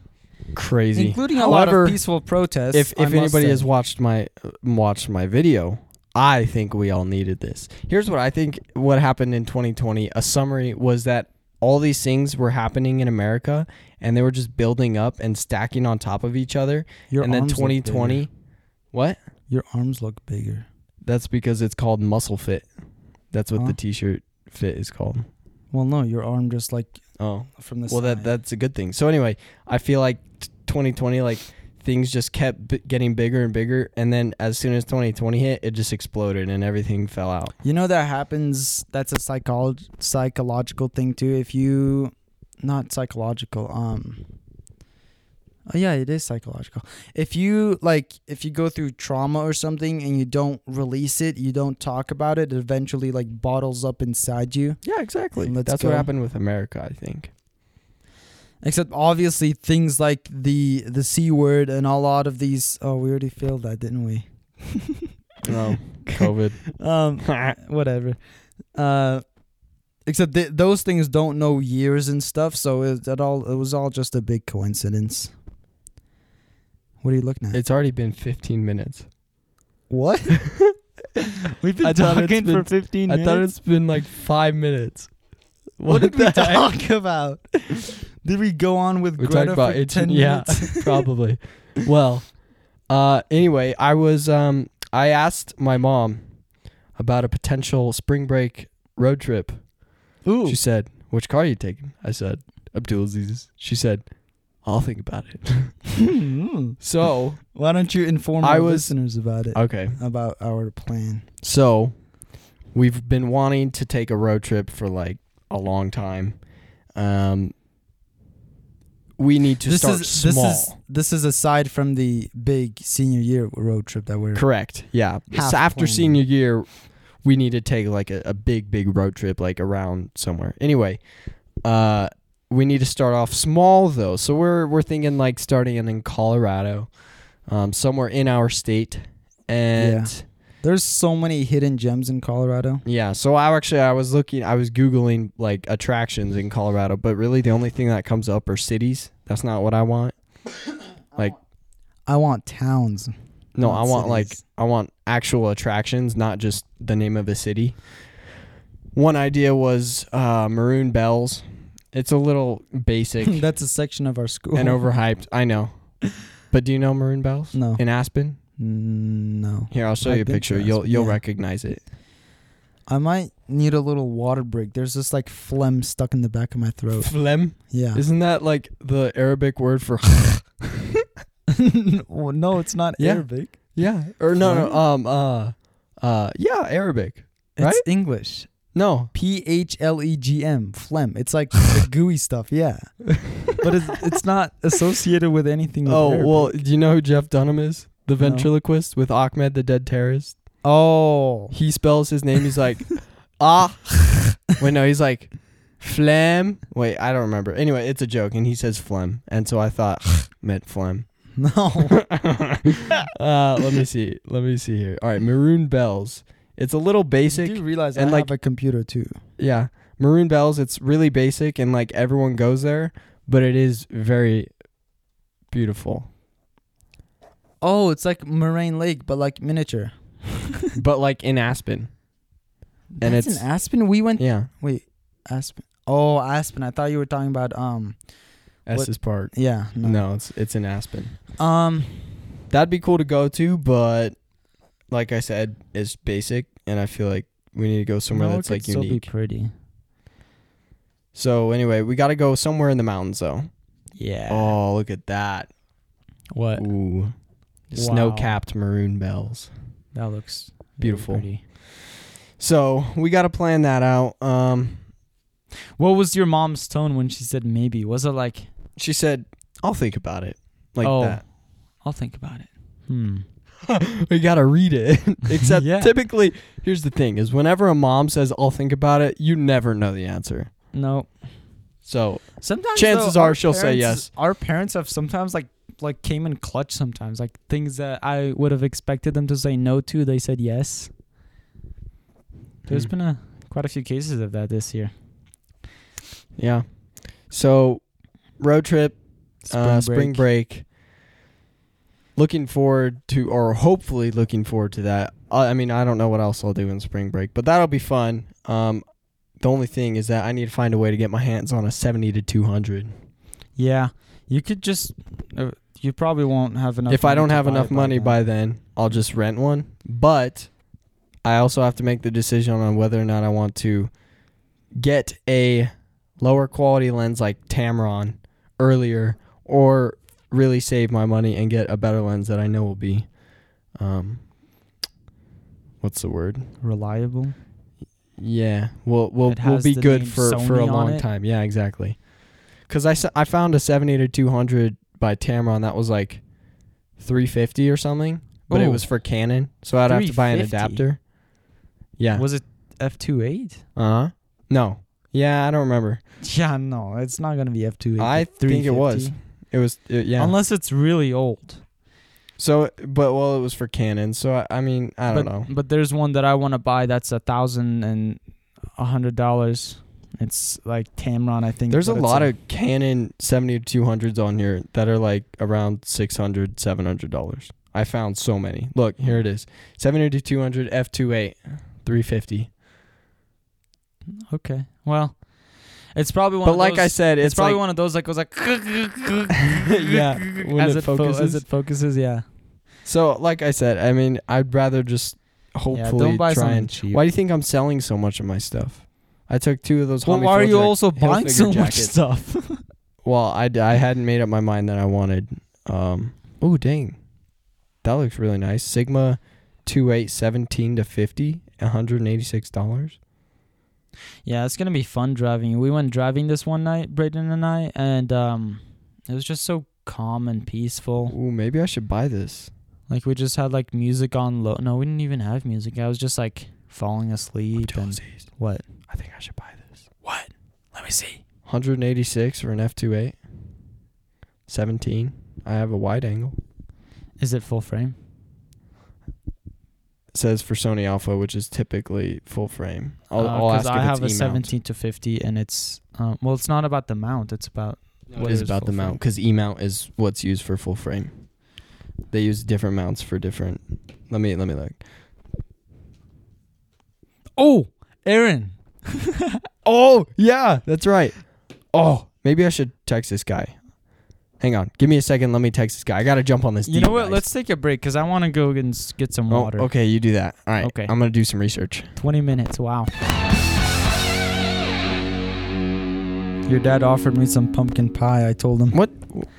Speaker 1: Crazy.
Speaker 2: Including a lot
Speaker 1: However,
Speaker 2: of peaceful protests.
Speaker 1: if
Speaker 2: I
Speaker 1: if
Speaker 2: must
Speaker 1: anybody
Speaker 2: say.
Speaker 1: has watched my watched my video, I think we all needed this. Here's what I think what happened in 2020. A summary was that all these things were happening in America and they were just building up and stacking on top of each other.
Speaker 2: your
Speaker 1: and then
Speaker 2: arms look
Speaker 1: 2020
Speaker 2: bigger.
Speaker 1: What?
Speaker 2: your arms look bigger.
Speaker 1: That's because it's called muscle fit. That's what
Speaker 2: Huh?
Speaker 1: the t-shirt fit is called.
Speaker 2: Well no, your arm just like
Speaker 1: Oh.
Speaker 2: from the
Speaker 1: Well, that
Speaker 2: side.
Speaker 1: that's a good thing. So anyway, I feel like t- 2020, like things just kept b- getting bigger and bigger, and then as soon as 2020 hit, it just exploded and everything fell out.
Speaker 2: You know that happens. That's a psycholog- psychological thing too. If you, not psychological. Um. Oh yeah, it is psychological. If you like, if you go through trauma or something and you don't release it, you don't talk about it, it eventually like bottles up inside you.
Speaker 1: Yeah, exactly.
Speaker 2: Let's
Speaker 1: That's
Speaker 2: go.
Speaker 1: what happened with America, I think.
Speaker 2: Except obviously things like the the c word and a lot of these. Oh, we already failed that, didn't we?
Speaker 1: No, (laughs) COVID. (laughs)
Speaker 2: Um. whatever. Uh, except th- those things don't know years and stuff, so it, it all it was all just a big coincidence. What are you looking at?
Speaker 1: it's already been 15 minutes.
Speaker 2: (laughs) what? We've
Speaker 1: I thought it's been-
Speaker 2: fifteen.
Speaker 1: I thought it's been like five minutes.
Speaker 2: (laughs) What, did we
Speaker 1: the heck?
Speaker 2: talk about? Did we go on with
Speaker 1: We
Speaker 2: Greta
Speaker 1: talked about
Speaker 2: for
Speaker 1: ancient-
Speaker 2: ten
Speaker 1: yeah.
Speaker 2: minutes?
Speaker 1: (laughs) Probably. well, uh, anyway, I was um, I asked my mom about a potential spring break road trip
Speaker 2: Ooh,
Speaker 1: She said, "Which car are you taking?" I said, "Abdulaziz." She said, "I'll think about it." (laughs)
Speaker 2: Hmm.
Speaker 1: So
Speaker 2: why don't you inform
Speaker 1: I
Speaker 2: our
Speaker 1: was-
Speaker 2: listeners about it?
Speaker 1: okay,
Speaker 2: about our plan.
Speaker 1: so we've been wanting to take a road trip for like a long time. Um, we need to start small.
Speaker 2: this is this is aside from the big senior year road trip that we're
Speaker 1: Correct. Yeah.
Speaker 2: Half
Speaker 1: So after
Speaker 2: planned.
Speaker 1: senior year, we need to take like a, a big, big road trip like around somewhere. Anyway, uh, we need to start off small though. So we're we're thinking like starting in, in Colorado, um, somewhere in our state, and.
Speaker 2: There's so many hidden gems in Colorado.
Speaker 1: Yeah, so I actually I was looking I was googling like attractions in Colorado, but really the only thing that comes up are cities. That's not what I want. Like
Speaker 2: I want towns.
Speaker 1: no, I
Speaker 2: I want
Speaker 1: want like
Speaker 2: cities.
Speaker 1: I want actual attractions, not just the name of a city. One idea was uh, Maroon Bells. It's a little
Speaker 2: (laughs)
Speaker 1: basic and
Speaker 2: That's a section of our school.
Speaker 1: overhyped. I know. But do you know Maroon Bells?
Speaker 2: No.
Speaker 1: In Aspen?
Speaker 2: Mm, (laughs) No.
Speaker 1: Here, I'll show
Speaker 2: I've
Speaker 1: you a
Speaker 2: been to
Speaker 1: picture. You'll
Speaker 2: Aspen,
Speaker 1: you'll
Speaker 2: yeah.
Speaker 1: recognize it.
Speaker 2: I might need a little water break. There's this like phlegm stuck in the back (laughs) of my
Speaker 1: (laughs)
Speaker 2: throat.
Speaker 1: Phlegm.
Speaker 2: Yeah.
Speaker 1: Isn't that like the Arabic word for
Speaker 2: (laughs)
Speaker 1: (laughs)
Speaker 2: well, no, it's not
Speaker 1: Yeah.
Speaker 2: Arabic.
Speaker 1: Yeah. Or no, no. Um. Uh. Uh. Yeah. Arabic.
Speaker 2: It's
Speaker 1: Right?
Speaker 2: English.
Speaker 1: No.
Speaker 2: P H L E G M. Phlegm.
Speaker 1: (laughs)
Speaker 2: It's like the gooey stuff. Yeah. But it's, it's not associated with anything. With
Speaker 1: Oh
Speaker 2: Arabic.
Speaker 1: well. Do you know who Jeff Dunham is? The
Speaker 2: No.
Speaker 1: ventriloquist with Ahmed the Dead Terrorist.
Speaker 2: Oh. (laughs)
Speaker 1: He spells his name. He's like ah. Wait, no. He's like phlegm. Wait, I don't remember. Anyway, it's a joke, and he says phlegm, and so I thought (laughs) meant
Speaker 2: (laughs)
Speaker 1: phlegm.
Speaker 2: No.
Speaker 1: uh, let me see. Let me see here. All right, maroon bells. It's a little basic.
Speaker 2: You do realize
Speaker 1: and,
Speaker 2: I
Speaker 1: like-
Speaker 2: have a computer too.
Speaker 1: Yeah. Maroon Bells, it's really basic and like everyone goes there, but it is very
Speaker 2: (laughs)
Speaker 1: beautiful.
Speaker 2: Oh, it's like Moraine Lake, but like miniature.
Speaker 1: but like in Aspen. And
Speaker 2: That's
Speaker 1: it's-
Speaker 2: in Aspen. We went.
Speaker 1: Yeah.
Speaker 2: Wait, Aspen. Oh, Aspen. I thought you were talking about um. What-
Speaker 1: Estes Park.
Speaker 2: Yeah. No.
Speaker 1: No, it's it's in Aspen.
Speaker 2: Um.
Speaker 1: That'd be cool to go to, but like I said, it's basic and I feel like we need to go somewhere
Speaker 2: no, it
Speaker 1: that's
Speaker 2: could
Speaker 1: like
Speaker 2: still
Speaker 1: unique.
Speaker 2: Be pretty.
Speaker 1: So anyway, we gotta go somewhere in the mountains though.
Speaker 2: Yeah.
Speaker 1: Oh, look at that.
Speaker 2: What?
Speaker 1: Ooh.
Speaker 2: Wow.
Speaker 1: Snow capped maroon bells.
Speaker 2: That looks very
Speaker 1: Beautiful.
Speaker 2: pretty.
Speaker 1: So we gotta plan that out. Um
Speaker 2: What was your mom's tone when she said maybe? Was it like,
Speaker 1: She said, "I'll think about it." Like
Speaker 2: Oh. I'll think about it? Hmm.
Speaker 1: that. (laughs) we got to read it.
Speaker 2: (laughs)
Speaker 1: Except
Speaker 2: Yeah.
Speaker 1: typically, here's the thing is whenever a mom says, "I'll think about it," you never know the answer.
Speaker 2: No.
Speaker 1: So,
Speaker 2: Sometimes
Speaker 1: Chances
Speaker 2: though,
Speaker 1: are
Speaker 2: our
Speaker 1: she'll say
Speaker 2: parents-
Speaker 1: yes.
Speaker 2: Our parents have sometimes like like came in clutch sometimes like things that I would have expected them to say no to they said yes. There's
Speaker 1: Hmm.
Speaker 2: been a quite a few cases of that this year.
Speaker 1: yeah. So, road trip, spring, uh, spring break. Looking forward to, or hopefully looking forward to that. I, I mean, I don't know what else I'll do in spring break, but that'll be fun. Um, the only thing is that I need to find a way to get my hands on a 70 to 200.
Speaker 2: Yeah, you could just uh, you probably won't have enough.
Speaker 1: if I
Speaker 2: money
Speaker 1: don't
Speaker 2: to
Speaker 1: have
Speaker 2: buy
Speaker 1: enough
Speaker 2: it by
Speaker 1: money
Speaker 2: then.
Speaker 1: by then, I'll just rent one. But I also have to make the decision on whether or not I want to get a lower quality lens like Tamron earlier or really save my money and get a better lens that I know will be um what's the word?
Speaker 2: reliable.
Speaker 1: Yeah, will will
Speaker 2: It
Speaker 1: will
Speaker 2: has
Speaker 1: be
Speaker 2: the
Speaker 1: good
Speaker 2: name
Speaker 1: for for a
Speaker 2: Sony on
Speaker 1: long
Speaker 2: it.
Speaker 1: time. Yeah, exactly. Because I, s- I found a 70 to 200 by Tamron that was like 350 or something, but it
Speaker 2: Oh.
Speaker 1: was for Canon, so I'd have to buy an
Speaker 2: 350?
Speaker 1: adapter. Yeah.
Speaker 2: Was it f two eight? (laughs)
Speaker 1: Uh huh. No. Yeah, I don't remember.
Speaker 2: Yeah, no, it's not gonna be f two eight.
Speaker 1: I think it was. It was it, yeah.
Speaker 2: unless it's really old.
Speaker 1: so, but well, it was for Canon, so I, I mean I don't
Speaker 2: but,
Speaker 1: know.
Speaker 2: But there's one that I want to buy that's a thousand and a hundred dollars. It's like Tamron, I think.
Speaker 1: There's a
Speaker 2: but it's
Speaker 1: lot of Canon 70 to 200s on here that are like around 600 700 dollars. I found so many. Look, here it is: 70 to 200 f28, 350.
Speaker 2: okay. Well, it's probably one.
Speaker 1: But
Speaker 2: of
Speaker 1: like I
Speaker 2: those-
Speaker 1: said,
Speaker 2: it's,
Speaker 1: it's,
Speaker 2: probably
Speaker 1: like,
Speaker 2: one of those that goes like.
Speaker 1: (laughs) Yeah,
Speaker 2: (laughs)
Speaker 1: (laughs)
Speaker 2: yeah,
Speaker 1: when
Speaker 2: as
Speaker 1: it
Speaker 2: fo-
Speaker 1: focuses.
Speaker 2: as it focuses, yeah.
Speaker 1: so. Like I said, I mean, I'd rather just hopefully
Speaker 2: yeah, don't buy
Speaker 1: try
Speaker 2: something
Speaker 1: and.
Speaker 2: cheap.
Speaker 1: Why do you think I'm selling so much of my stuff? I took two of those.
Speaker 2: well,
Speaker 1: Tommy
Speaker 2: why are you
Speaker 1: Hilfiger- (laughs)
Speaker 2: also buying (laughs)
Speaker 1: Hilfiger
Speaker 2: so much
Speaker 1: jackets.
Speaker 2: stuff? (laughs)
Speaker 1: Well, I, d- I hadn't made up my mind that I wanted. Um, oh dang, that looks really nice. Sigma, two eight seventeen to fifty, one hundred and eighty six dollars.
Speaker 2: Yeah, it's gonna be fun driving. We went driving this one night, Brayden and I, and um, it was just so calm and peaceful.
Speaker 1: Ooh, maybe I should buy this.
Speaker 2: Like we just had like music on low. No, we didn't even have music. I was just like falling asleep and
Speaker 1: Dozies.
Speaker 2: what?
Speaker 1: I think I should buy this.
Speaker 2: What? Let me see.
Speaker 1: 186 for an f2.8. 17. I have a wide angle.
Speaker 2: Is it full frame?
Speaker 1: It says for Sony Alpha, which is typically full frame. I'll,
Speaker 2: Uh,
Speaker 1: I'll
Speaker 2: 'cause
Speaker 1: ask
Speaker 2: I
Speaker 1: if
Speaker 2: have a
Speaker 1: it's E mount.
Speaker 2: 17 to 50, and it's um, well, it's not about the mount. It's about
Speaker 1: It
Speaker 2: whether
Speaker 1: is
Speaker 2: it's
Speaker 1: about
Speaker 2: full
Speaker 1: the
Speaker 2: frame.
Speaker 1: mount because E mount is what's used for full frame. They use different mounts for different. Let me let me look.
Speaker 2: Oh, Aaron.
Speaker 1: Oh yeah, that's right. Oh, maybe I should text this guy. Hang on, give me a second. Let me text this guy. I gotta jump on this.
Speaker 2: You know what?
Speaker 1: device.
Speaker 2: Let's take a break because I want to go and s- get some
Speaker 1: Oh,
Speaker 2: water.
Speaker 1: okay, you do that. All right.
Speaker 2: Okay.
Speaker 1: I'm gonna do some research.
Speaker 2: 20 minutes. Wow. Your dad offered me some pumpkin pie. I told him.
Speaker 1: What?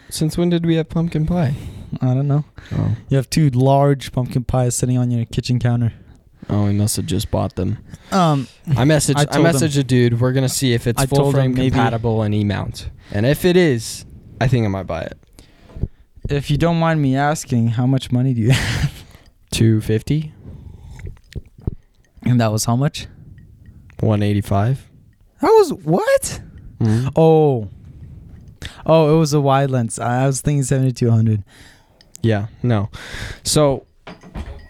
Speaker 1: Since when did we have pumpkin pie?
Speaker 2: I don't know.
Speaker 1: Oh,
Speaker 2: You have two large pumpkin pies sitting on your kitchen counter.
Speaker 1: oh, he must have just bought
Speaker 2: (laughs)
Speaker 1: them.
Speaker 2: Um,
Speaker 1: I messaged
Speaker 2: I
Speaker 1: I,
Speaker 2: told
Speaker 1: messaged a dude. We're gonna see if it's
Speaker 2: I
Speaker 1: full
Speaker 2: told
Speaker 1: frame
Speaker 2: him maybe-
Speaker 1: compatible and E mount. And if it is, I think I might buy it.
Speaker 2: if you don't mind me asking, how much money do you? (laughs) have?
Speaker 1: Two fifty.
Speaker 2: And that was how much?
Speaker 1: 185.
Speaker 2: That was what?
Speaker 1: Hmm.
Speaker 2: Oh. Oh, it was a wide lens. I I was thinking 7200.
Speaker 1: Yeah, no. So,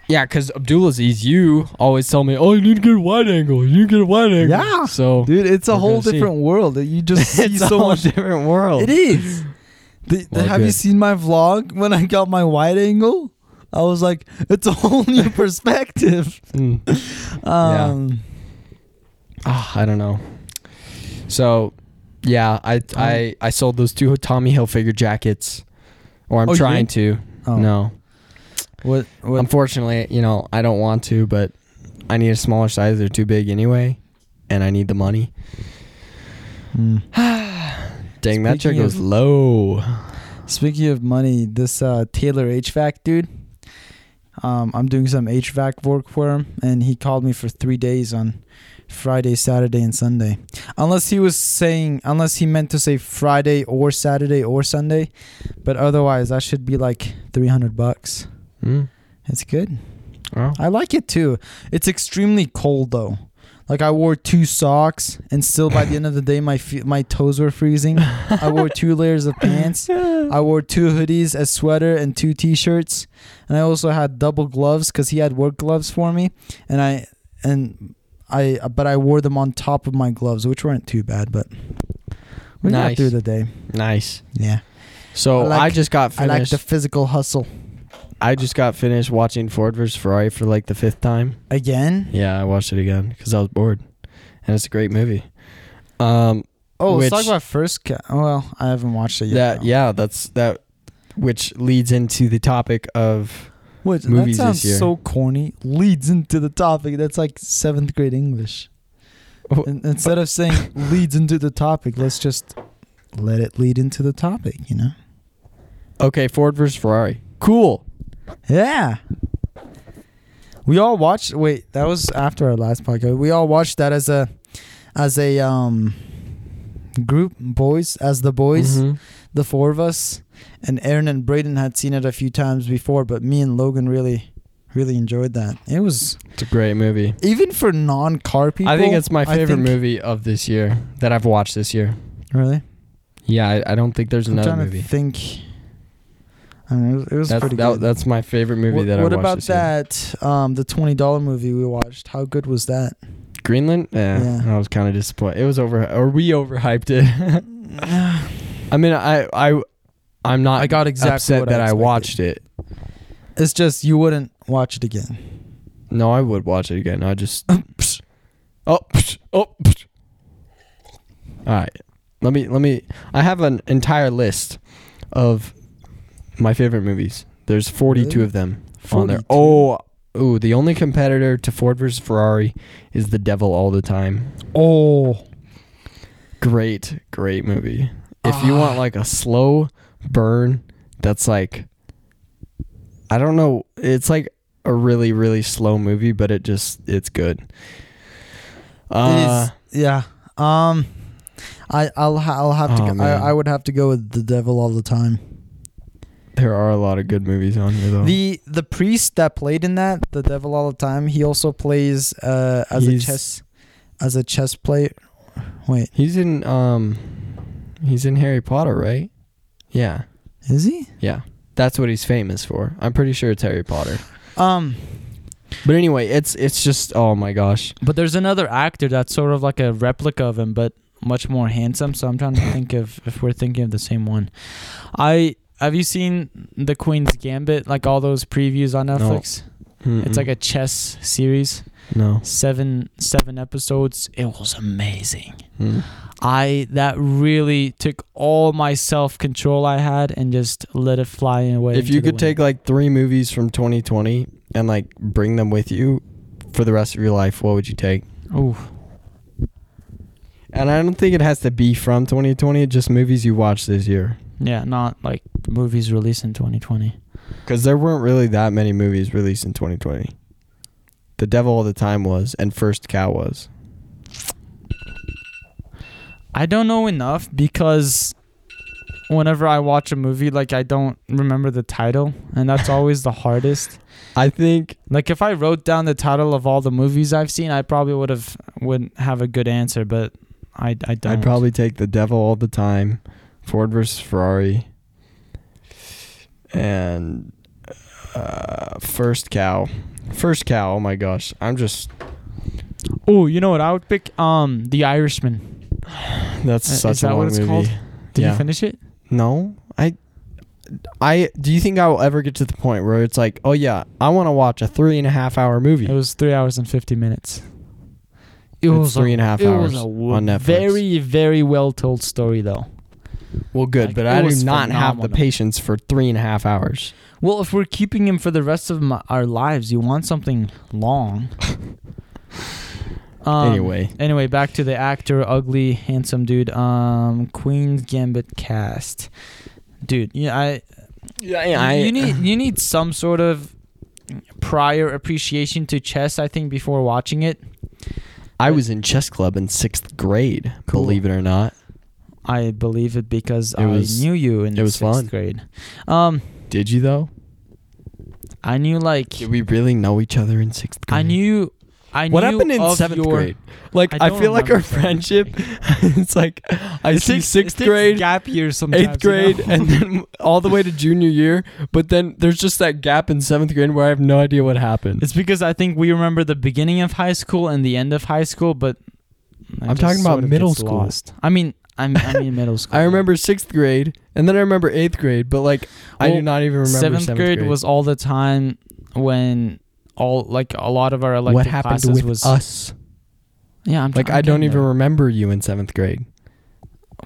Speaker 1: yeah, because Abdulaziz, you always tell me, oh, you need to get a wide angle. You need to get a wide angle.
Speaker 2: Yeah.
Speaker 1: So,
Speaker 2: Dude, it's a
Speaker 1: We're
Speaker 2: whole
Speaker 1: gonna see.
Speaker 2: different world.
Speaker 1: (laughs)
Speaker 2: You just see
Speaker 1: it's a
Speaker 2: so
Speaker 1: whole
Speaker 2: much.
Speaker 1: different world.
Speaker 2: It is. The,
Speaker 1: Well,
Speaker 2: have you
Speaker 1: good.
Speaker 2: seen my vlog when I got my wide angle? I was like, it's a whole
Speaker 1: (laughs)
Speaker 2: new perspective.
Speaker 1: Mm.
Speaker 2: Um,
Speaker 1: Ah, I don't know. So, yeah,
Speaker 2: Um,
Speaker 1: I, I, I sold those two Tommy Hilfiger jackets, or I'm
Speaker 2: Oh, you
Speaker 1: trying
Speaker 2: did?
Speaker 1: to.
Speaker 2: oh.
Speaker 1: No.
Speaker 2: What, what,
Speaker 1: Unfortunately, you know, I don't want to, but I need a smaller size. They're too big anyway, and I need the money.
Speaker 2: Hmm.
Speaker 1: Dang, that check
Speaker 2: Speaking of-
Speaker 1: goes low.
Speaker 2: Speaking of money, this uh, Taylor HVAC dude, um, I'm doing some HVAC work for him, and he called me for three days on Friday, Saturday, and Sunday. Unless he was saying, unless he meant to say Friday or Saturday or Sunday, but otherwise, that should be like 300 bucks.
Speaker 1: Mm.
Speaker 2: It's good.
Speaker 1: Oh.
Speaker 2: I like it too. It's extremely cold though. Like I wore two socks, and still by the end of the day, my fe- my toes were freezing. I
Speaker 1: (laughs)
Speaker 2: wore two layers of pants. I wore two hoodies, a sweater, and two t-shirts, and I also had double gloves because he had work gloves for me, and I and I but I wore them on top of my gloves, which weren't too bad, but we got
Speaker 1: Nice.
Speaker 2: through the day.
Speaker 1: Nice.
Speaker 2: Yeah,
Speaker 1: So
Speaker 2: I
Speaker 1: I,
Speaker 2: like-
Speaker 1: just got
Speaker 2: I like
Speaker 1: finished. I,
Speaker 2: the physical hustle
Speaker 1: just got finished watching Ford versus Ferrari for like the fifth time.
Speaker 2: again.
Speaker 1: Yeah, I watched it again because I was bored, and it's a great movie. Um,
Speaker 2: Oh,
Speaker 1: Which-
Speaker 2: let's talk about first. Ca- well, I haven't watched it yet.
Speaker 1: that
Speaker 2: though.
Speaker 1: yeah, that's that, which leads into the topic of
Speaker 2: What,
Speaker 1: movies
Speaker 2: that
Speaker 1: this
Speaker 2: sounds
Speaker 1: year.
Speaker 2: so corny. Leads into the topic. That's like seventh grade English.
Speaker 1: Oh.
Speaker 2: In- instead of saying leads into the topic, let's just let it lead into the topic. You know?
Speaker 1: okay, Ford versus Ferrari. Cool.
Speaker 2: Yeah. We all watched. Wait, that was after our last podcast. We all watched that as a, as a um, group boys as the boys.
Speaker 1: Mhm.
Speaker 2: the four of us, and Aaron and Braden had seen it a few times before, but me and Logan really, really enjoyed that. It was
Speaker 1: It's a great movie.
Speaker 2: even for non-car people.
Speaker 1: I think it's my favorite
Speaker 2: think-
Speaker 1: movie of this year that I've watched this year.
Speaker 2: Really,
Speaker 1: Yeah, I, I don't think there's
Speaker 2: I'm
Speaker 1: another
Speaker 2: trying
Speaker 1: movie.
Speaker 2: to think. I mean, it was, it was
Speaker 1: That's
Speaker 2: pretty
Speaker 1: that,
Speaker 2: good.
Speaker 1: that's my favorite movie
Speaker 2: what
Speaker 1: that I
Speaker 2: what
Speaker 1: watched
Speaker 2: about
Speaker 1: this year.
Speaker 2: that? Um, the twenty dollar movie we watched. How good
Speaker 1: (sighs)
Speaker 2: was that?
Speaker 1: Greenland? Yeah,
Speaker 2: Yeah.
Speaker 1: I was kind of disappointed. It was over, or we overhyped it. (laughs) I mean, I, I, I'm not.
Speaker 2: I got exactly
Speaker 1: upset
Speaker 2: what I
Speaker 1: that I,
Speaker 2: expected.
Speaker 1: watched it.
Speaker 2: it's just you wouldn't watch it again.
Speaker 1: No, I would watch it again. I
Speaker 2: (laughs)
Speaker 1: just. Psh. oh, psh. oh. psh. All right, let me let me. I have an entire list of my favorite movies. There's 42
Speaker 2: Really?
Speaker 1: of them on there.
Speaker 2: 42?
Speaker 1: Oh, ooh, the only competitor to Ford versus Ferrari is The Devil All the Time.
Speaker 2: Oh,
Speaker 1: great great movie if you want
Speaker 2: Ah.
Speaker 1: like a slow burn that's like i don't know it's like a really really slow movie but it just it's good uh,
Speaker 2: it is. Yeah. Um, I I'll ha- I'll have
Speaker 1: Oh,
Speaker 2: to. Go,
Speaker 1: man.
Speaker 2: I I would have to go with the devil all the time.
Speaker 1: There are a lot of good movies on here though.
Speaker 2: The the priest that played in that, the devil all the time, he also plays uh, as
Speaker 1: He's-
Speaker 2: a chess as a chess player. Wait,
Speaker 1: he's in um, he's in Harry Potter, right? Yeah,
Speaker 2: is he?
Speaker 1: yeah. That's what he's famous for. I'm pretty sure it's Harry Potter.
Speaker 2: Um,
Speaker 1: But anyway, it's it's just oh my gosh.
Speaker 2: but there's another actor that's sort of like a replica of him, but much more handsome. So I'm trying to think of if we're thinking of the same one. I have you seen The Queen's Gambit? Like all those previews on
Speaker 1: No.
Speaker 2: Netflix. It's like
Speaker 1: Mm-mm.
Speaker 2: a chess series,
Speaker 1: no.
Speaker 2: seven seven episodes. It was amazing.
Speaker 1: Mm.
Speaker 2: I that really took all my self control I had and just let it fly away.
Speaker 1: If
Speaker 2: into
Speaker 1: you
Speaker 2: the
Speaker 1: could
Speaker 2: wind.
Speaker 1: take like three movies from 2020 and like bring them with you for the rest of your life, what would you take?
Speaker 2: Ooh.
Speaker 1: And I don't think it has to be from 2020. Just movies you watched this year,
Speaker 2: yeah, not like movies released in 2020.
Speaker 1: because there weren't really that many movies released in 2020. The Devil All the Time was, and First Cow was.
Speaker 2: I don't know enough because whenever I watch a movie, like I don't remember the title,
Speaker 1: (laughs)
Speaker 2: and that's always the hardest.
Speaker 1: I think
Speaker 2: Like if I wrote down the title of all the movies I've seen, I probably would have would have a good answer, but I I don't.
Speaker 1: I'd probably take The Devil All the Time, Ford versus Ferrari, and uh, First Cow. First Cow. Oh my gosh, I'm just
Speaker 2: Oh, you know what? I would pick um The Irishman.
Speaker 1: That's
Speaker 2: Uh,
Speaker 1: such
Speaker 2: is that
Speaker 1: a
Speaker 2: what
Speaker 1: long
Speaker 2: it's
Speaker 1: movie.
Speaker 2: called? Did
Speaker 1: yeah.
Speaker 2: you finish it?
Speaker 1: No, I, I. Do you think I will ever get to the point where it's like, oh yeah, I want to watch a three and a half hour movie?
Speaker 2: It was three hours and fifty minutes. It
Speaker 1: It's
Speaker 2: was
Speaker 1: three
Speaker 2: a,
Speaker 1: and a half
Speaker 2: it
Speaker 1: hours
Speaker 2: was a w-
Speaker 1: on Netflix.
Speaker 2: very very well told story though.
Speaker 1: well, good,
Speaker 2: like,
Speaker 1: but
Speaker 2: it
Speaker 1: I do
Speaker 2: was
Speaker 1: not have the
Speaker 2: phenomenal.
Speaker 1: patience for three and a half hours.
Speaker 2: Well, if we're keeping him for the rest of my, our lives, you want something long.
Speaker 1: (laughs)
Speaker 2: Um,
Speaker 1: Anyway.
Speaker 2: anyway, back to the actor, ugly, handsome dude. Um, Queen's Gambit cast, dude. Yeah, I
Speaker 1: Yeah,
Speaker 2: you need (sighs) you need some sort of prior appreciation to chess, I think, before watching it.
Speaker 1: I was in chess club in sixth grade.
Speaker 2: Cool.
Speaker 1: Believe it or not,
Speaker 2: I believe it because
Speaker 1: It
Speaker 2: I
Speaker 1: was-
Speaker 2: knew you in
Speaker 1: it was
Speaker 2: sixth
Speaker 1: fun.
Speaker 2: grade. Um,
Speaker 1: did you though?
Speaker 2: I knew like
Speaker 1: Did we really know each other in sixth grade?
Speaker 2: I knew I
Speaker 1: What
Speaker 2: knew
Speaker 1: happened in
Speaker 2: of
Speaker 1: seventh
Speaker 2: your-
Speaker 1: grade? Like I,
Speaker 2: don't
Speaker 1: feel like our
Speaker 2: remember seventh grade.
Speaker 1: friendship. (laughs) it's like I
Speaker 2: It
Speaker 1: see
Speaker 2: takes-
Speaker 1: sixth
Speaker 2: it takes
Speaker 1: grade.
Speaker 2: gap year sometimes.
Speaker 1: eighth
Speaker 2: (laughs)
Speaker 1: grade
Speaker 2: you know?
Speaker 1: and then all the way to junior year. But then there's just that gap in seventh grade where I have no idea what happened.
Speaker 2: it's because I think we remember the beginning of high school and the end of high school, but it
Speaker 1: I'm
Speaker 2: just
Speaker 1: talking about
Speaker 2: sort of
Speaker 1: middle
Speaker 2: gets
Speaker 1: school.
Speaker 2: lost. I mean, I'm, I mean middle school.
Speaker 1: (laughs) I remember sixth grade and then I remember eighth grade, but like I do
Speaker 2: Well,
Speaker 1: not even remember
Speaker 2: Oh, seventh, grade, was all the time when all like a lot of our elective
Speaker 1: what happened
Speaker 2: classes
Speaker 1: with
Speaker 2: was
Speaker 1: us.
Speaker 2: yeah. I'm
Speaker 1: Like
Speaker 2: I'm
Speaker 1: I don't
Speaker 2: getting
Speaker 1: even
Speaker 2: there.
Speaker 1: remember you in seventh grade.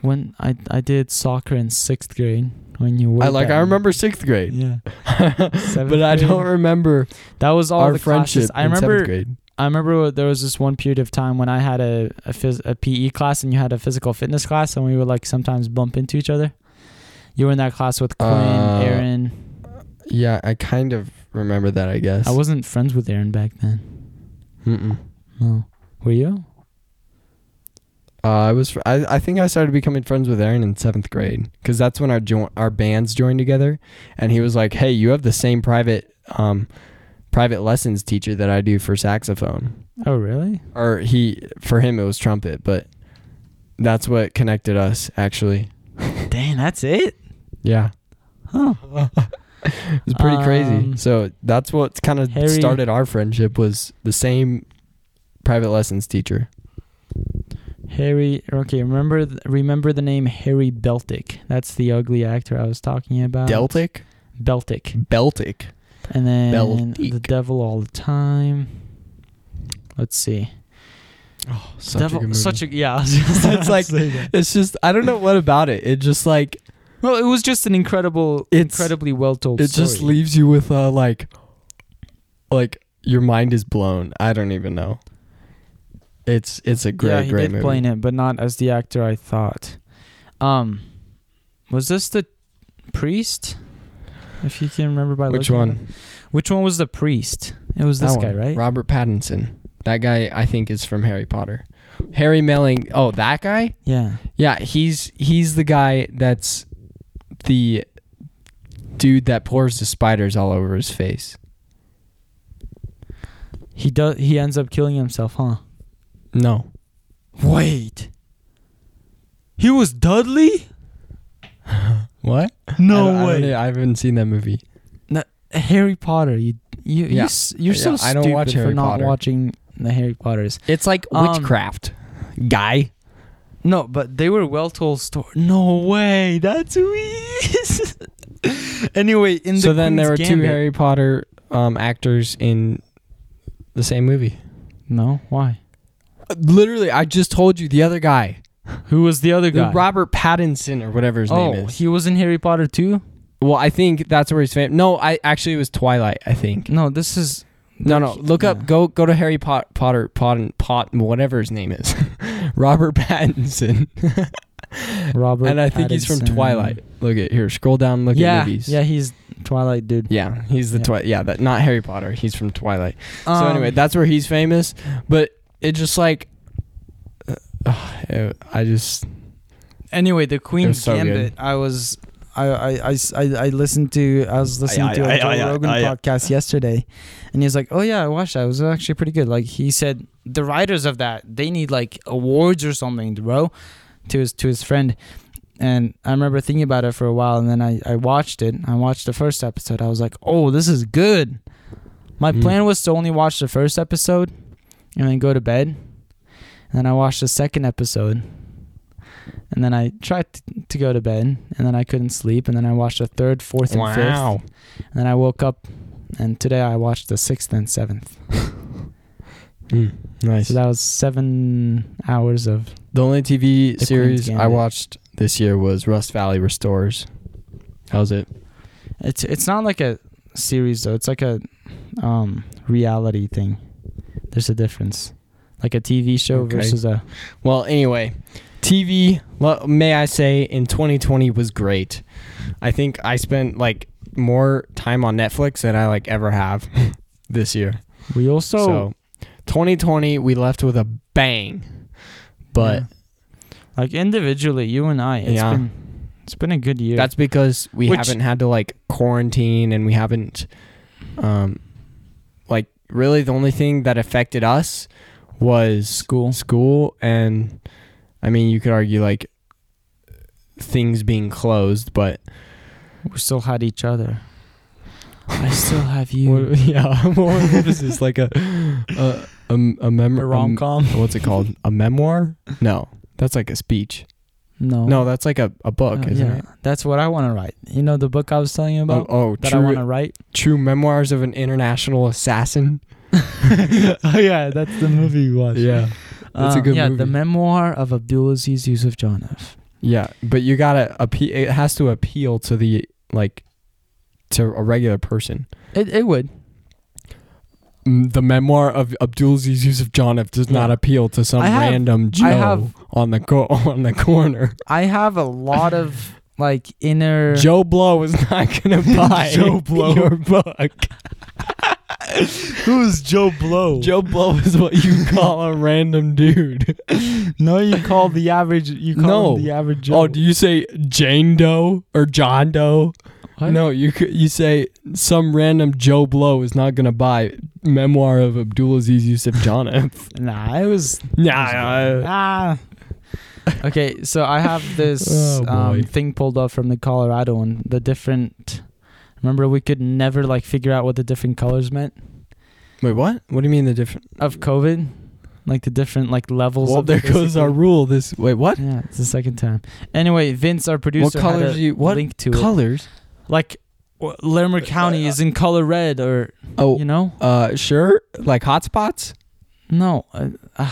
Speaker 2: when I I did soccer in sixth grade when you were
Speaker 1: I like
Speaker 2: that-
Speaker 1: I remember sixth grade, (laughs)
Speaker 2: yeah
Speaker 1: but I don't
Speaker 2: grade.
Speaker 1: remember
Speaker 2: that was all
Speaker 1: our
Speaker 2: the
Speaker 1: friendship.
Speaker 2: classes I
Speaker 1: in seventh
Speaker 2: remember
Speaker 1: grade.
Speaker 2: I remember there was this one period of time when I had a a, phys- a PE class and you had a physical fitness class and we would like sometimes bump into each other. You were in that class with Quinn,
Speaker 1: Uh,
Speaker 2: Aaron.
Speaker 1: Yeah, I kind of remember that. I guess
Speaker 2: I wasn't friends with Aaron back then.
Speaker 1: Mm-mm.
Speaker 2: No, were you?
Speaker 1: Uh, I was. fr- I, I think I started becoming friends with Aaron in seventh grade because that's when our jo- our bands joined together, and he was like, "Hey, you have the same private um, private lessons teacher that I do for saxophone."
Speaker 2: Oh, really?
Speaker 1: Or he for him it was trumpet, but that's what connected us actually.
Speaker 2: Dang, that's it.
Speaker 1: Yeah,
Speaker 2: (laughs) Huh.
Speaker 1: it was pretty crazy.
Speaker 2: Um,
Speaker 1: So that's what kind of
Speaker 2: Harry-
Speaker 1: started our friendship was the same private lessons teacher.
Speaker 2: Harry. Okay, remember th- remember the name Harry Beltic. That's the ugly actor I was talking about.
Speaker 1: Deltic,
Speaker 2: Beltic,
Speaker 1: Beltic.
Speaker 2: and then the
Speaker 1: Beltic.
Speaker 2: devil all the time. Let's see.
Speaker 1: Oh, (laughs) such
Speaker 2: devil,
Speaker 1: a good movie.
Speaker 2: such a yeah. (laughs)
Speaker 1: (laughs) It's like- it's just I don't know what about it. It just like
Speaker 2: Well, it was just an incredible,
Speaker 1: It's-
Speaker 2: incredibly well told.
Speaker 1: it just leaves you with uh like like your mind is blown i don't even know it's it's a great
Speaker 2: yeah, he
Speaker 1: great
Speaker 2: did
Speaker 1: movie
Speaker 2: play in it, but not as the actor I thought. Um, was this the priest? If you can remember by
Speaker 1: which
Speaker 2: looking at
Speaker 1: one
Speaker 2: it. which one was the priest? It was this
Speaker 1: That
Speaker 2: guy,
Speaker 1: one.
Speaker 2: right?
Speaker 1: robert pattinson that guy i think is from harry potter harry melling oh that guy
Speaker 2: yeah,
Speaker 1: yeah he's he's the guy that's the dude that pours the spiders all over his face.
Speaker 2: He does. He ends up killing himself, huh?
Speaker 1: No.
Speaker 2: Wait. He was Dudley?
Speaker 1: What?
Speaker 2: No
Speaker 1: I don't- I don't
Speaker 2: way.
Speaker 1: know. I, haven't seen that movie.
Speaker 2: Harry Potter. You you
Speaker 1: Yeah.
Speaker 2: you s you're so
Speaker 1: Yeah, I don't
Speaker 2: stupid
Speaker 1: watch
Speaker 2: for
Speaker 1: Harry
Speaker 2: not
Speaker 1: Potter.
Speaker 2: watching the Harry Potters.
Speaker 1: It's like
Speaker 2: Um,
Speaker 1: witchcraft. Guy.
Speaker 2: No, but they were well told story. No way. That's who he is. (laughs) anyway, in the
Speaker 1: So then there were
Speaker 2: Queen's
Speaker 1: two
Speaker 2: Gambit-
Speaker 1: Harry Potter um, actors in the same movie.
Speaker 2: No, why?
Speaker 1: Uh, Literally, I just told you the other guy,
Speaker 2: Who was the other guy?
Speaker 1: Robert Pattinson or whatever his
Speaker 2: oh,
Speaker 1: name is.
Speaker 2: he was in Harry Potter too.
Speaker 1: Well, I think that's where he's famous. No, I actually it was Twilight. I think.
Speaker 2: No, this is
Speaker 1: No, no. Look
Speaker 2: Yeah.
Speaker 1: up. Go go to Harry Pot, Potter Pot Pot whatever his name is, (laughs) Robert Pattinson.
Speaker 2: Robert.
Speaker 1: and I think he's from
Speaker 2: Pattinson.
Speaker 1: Twilight. Look at here. Scroll down. Look
Speaker 2: yeah,
Speaker 1: at movies.
Speaker 2: yeah, he's Twilight dude.
Speaker 1: Yeah, he's the
Speaker 2: Yeah.
Speaker 1: Twilight. Yeah, that not Harry Potter. He's from Twilight. so
Speaker 2: Um,
Speaker 1: anyway, that's where he's famous. But it just like, uh, uh, (sighs) I just
Speaker 2: Anyway, the Queen's
Speaker 1: so good.
Speaker 2: Gambit. I was, I, I, I s- I- I listened to, I was listening
Speaker 1: I-
Speaker 2: to a
Speaker 1: I-
Speaker 2: Joe
Speaker 1: I- I-
Speaker 2: Rogan
Speaker 1: I-
Speaker 2: podcast yesterday, and he was like, "Oh yeah, I watched that. It was actually pretty good." Like he said, the writers of that they need like awards or something, bro, to his to his friend. And I remember thinking about it for a while, and then I, I watched it. I watched the first episode. I was like, "Oh, this is good." My
Speaker 1: Mm.
Speaker 2: plan was to only watch the first episode, and then go to bed. And then I watched the second episode. And then I tried t- to go to bed, and then I couldn't sleep. And then I watched the third, fourth, and
Speaker 1: wow.
Speaker 2: fifth. And then I woke up, and today I watched the sixth and seventh. Hmm,
Speaker 1: Mm, nice.
Speaker 2: So that was seven hours of.
Speaker 1: the only TV
Speaker 2: The
Speaker 1: series
Speaker 2: Queen's
Speaker 1: I
Speaker 2: Gambit.
Speaker 1: watched this year was Rust Valley Restores. How's it?
Speaker 2: It's it's not like a series though. It's like a um, reality thing. There's a difference, like a TV show
Speaker 1: Okay.
Speaker 2: versus a.
Speaker 1: Well, anyway, TV, lo- may I say, in 2020 was great. I think I spent like more time on Netflix than I like ever have (laughs) this year.
Speaker 2: We also.
Speaker 1: so, 2020 we left with a bang. But
Speaker 2: Yeah. like individually, you and I, it's
Speaker 1: Yeah.
Speaker 2: been it's been a good year.
Speaker 1: that's because we
Speaker 2: Which-
Speaker 1: haven't had to like quarantine and we haven't um like really the only thing that affected us was
Speaker 2: school.
Speaker 1: school and i mean you could argue like things being closed but
Speaker 2: We still had each other. I still have you.
Speaker 1: What- (laughs) yeah what, what is this like a a a, a mem-
Speaker 2: com?
Speaker 1: a- what's it called a memoir no that's like a speech
Speaker 2: No.
Speaker 1: no that's like a, a book
Speaker 2: Uh,
Speaker 1: isn't
Speaker 2: yeah.
Speaker 1: it
Speaker 2: That's what I want to write. You know the book I was telling you
Speaker 1: oh,
Speaker 2: about
Speaker 1: oh
Speaker 2: that I want to
Speaker 1: true,
Speaker 2: write.
Speaker 1: (laughs) true memoirs of an international assassin
Speaker 2: oh (laughs) yeah, that's the movie you watched.
Speaker 1: yeah that's a
Speaker 2: Um,
Speaker 1: good
Speaker 2: yeah, the
Speaker 1: movie.
Speaker 2: memoir of Abdulaziz Yusufjonov.
Speaker 1: yeah but you gotta appeal it has to appeal to the like to a regular person
Speaker 2: It it would.
Speaker 1: Mm, the memoir of Abdulaziz Yusufjonov does not
Speaker 2: Yeah.
Speaker 1: appeal to some
Speaker 2: I have-
Speaker 1: random Joe
Speaker 2: I have-
Speaker 1: on the co- (laughs) on the corner.
Speaker 2: I have a lot of
Speaker 1: (laughs)
Speaker 2: like inner.
Speaker 1: Joe Blow is not (laughs) gonna buy
Speaker 2: Joe Blow.
Speaker 1: your book.
Speaker 2: (laughs) Who's Joe Blow?
Speaker 1: Joe Blow is what (laughs) you call a random dude.
Speaker 2: No, you call the average. You
Speaker 1: No.
Speaker 2: him average
Speaker 1: (laughs) Oh, do you say Jane Doe or John Doe?
Speaker 2: What?
Speaker 1: No, you c- you say some random Joe Blow is not gonna buy memoir of Abdulaziz Yusufjonov.
Speaker 2: Nah, I was.
Speaker 1: nah,
Speaker 2: Ah. okay, so
Speaker 1: (laughs)
Speaker 2: I have this
Speaker 1: Oh, boy.
Speaker 2: um, thing pulled up from the Colorado one. The different. Remember, we could never like figure out what the different colors meant
Speaker 1: wait, what? What do you mean the different?
Speaker 2: of COVID, like the different like levels.
Speaker 1: Well,
Speaker 2: of it,
Speaker 1: there goes our
Speaker 2: basically.
Speaker 1: rule. This wait, what?
Speaker 2: Yeah, it's the second time. Anyway, Vince, our producer,
Speaker 1: What colors?
Speaker 2: had a
Speaker 1: You what
Speaker 2: link to it.
Speaker 1: colors?
Speaker 2: Like, w- Larimer County is in color red, or
Speaker 1: uh, Oh,
Speaker 2: you know,
Speaker 1: uh, sure. Like hotspots,
Speaker 2: no, uh,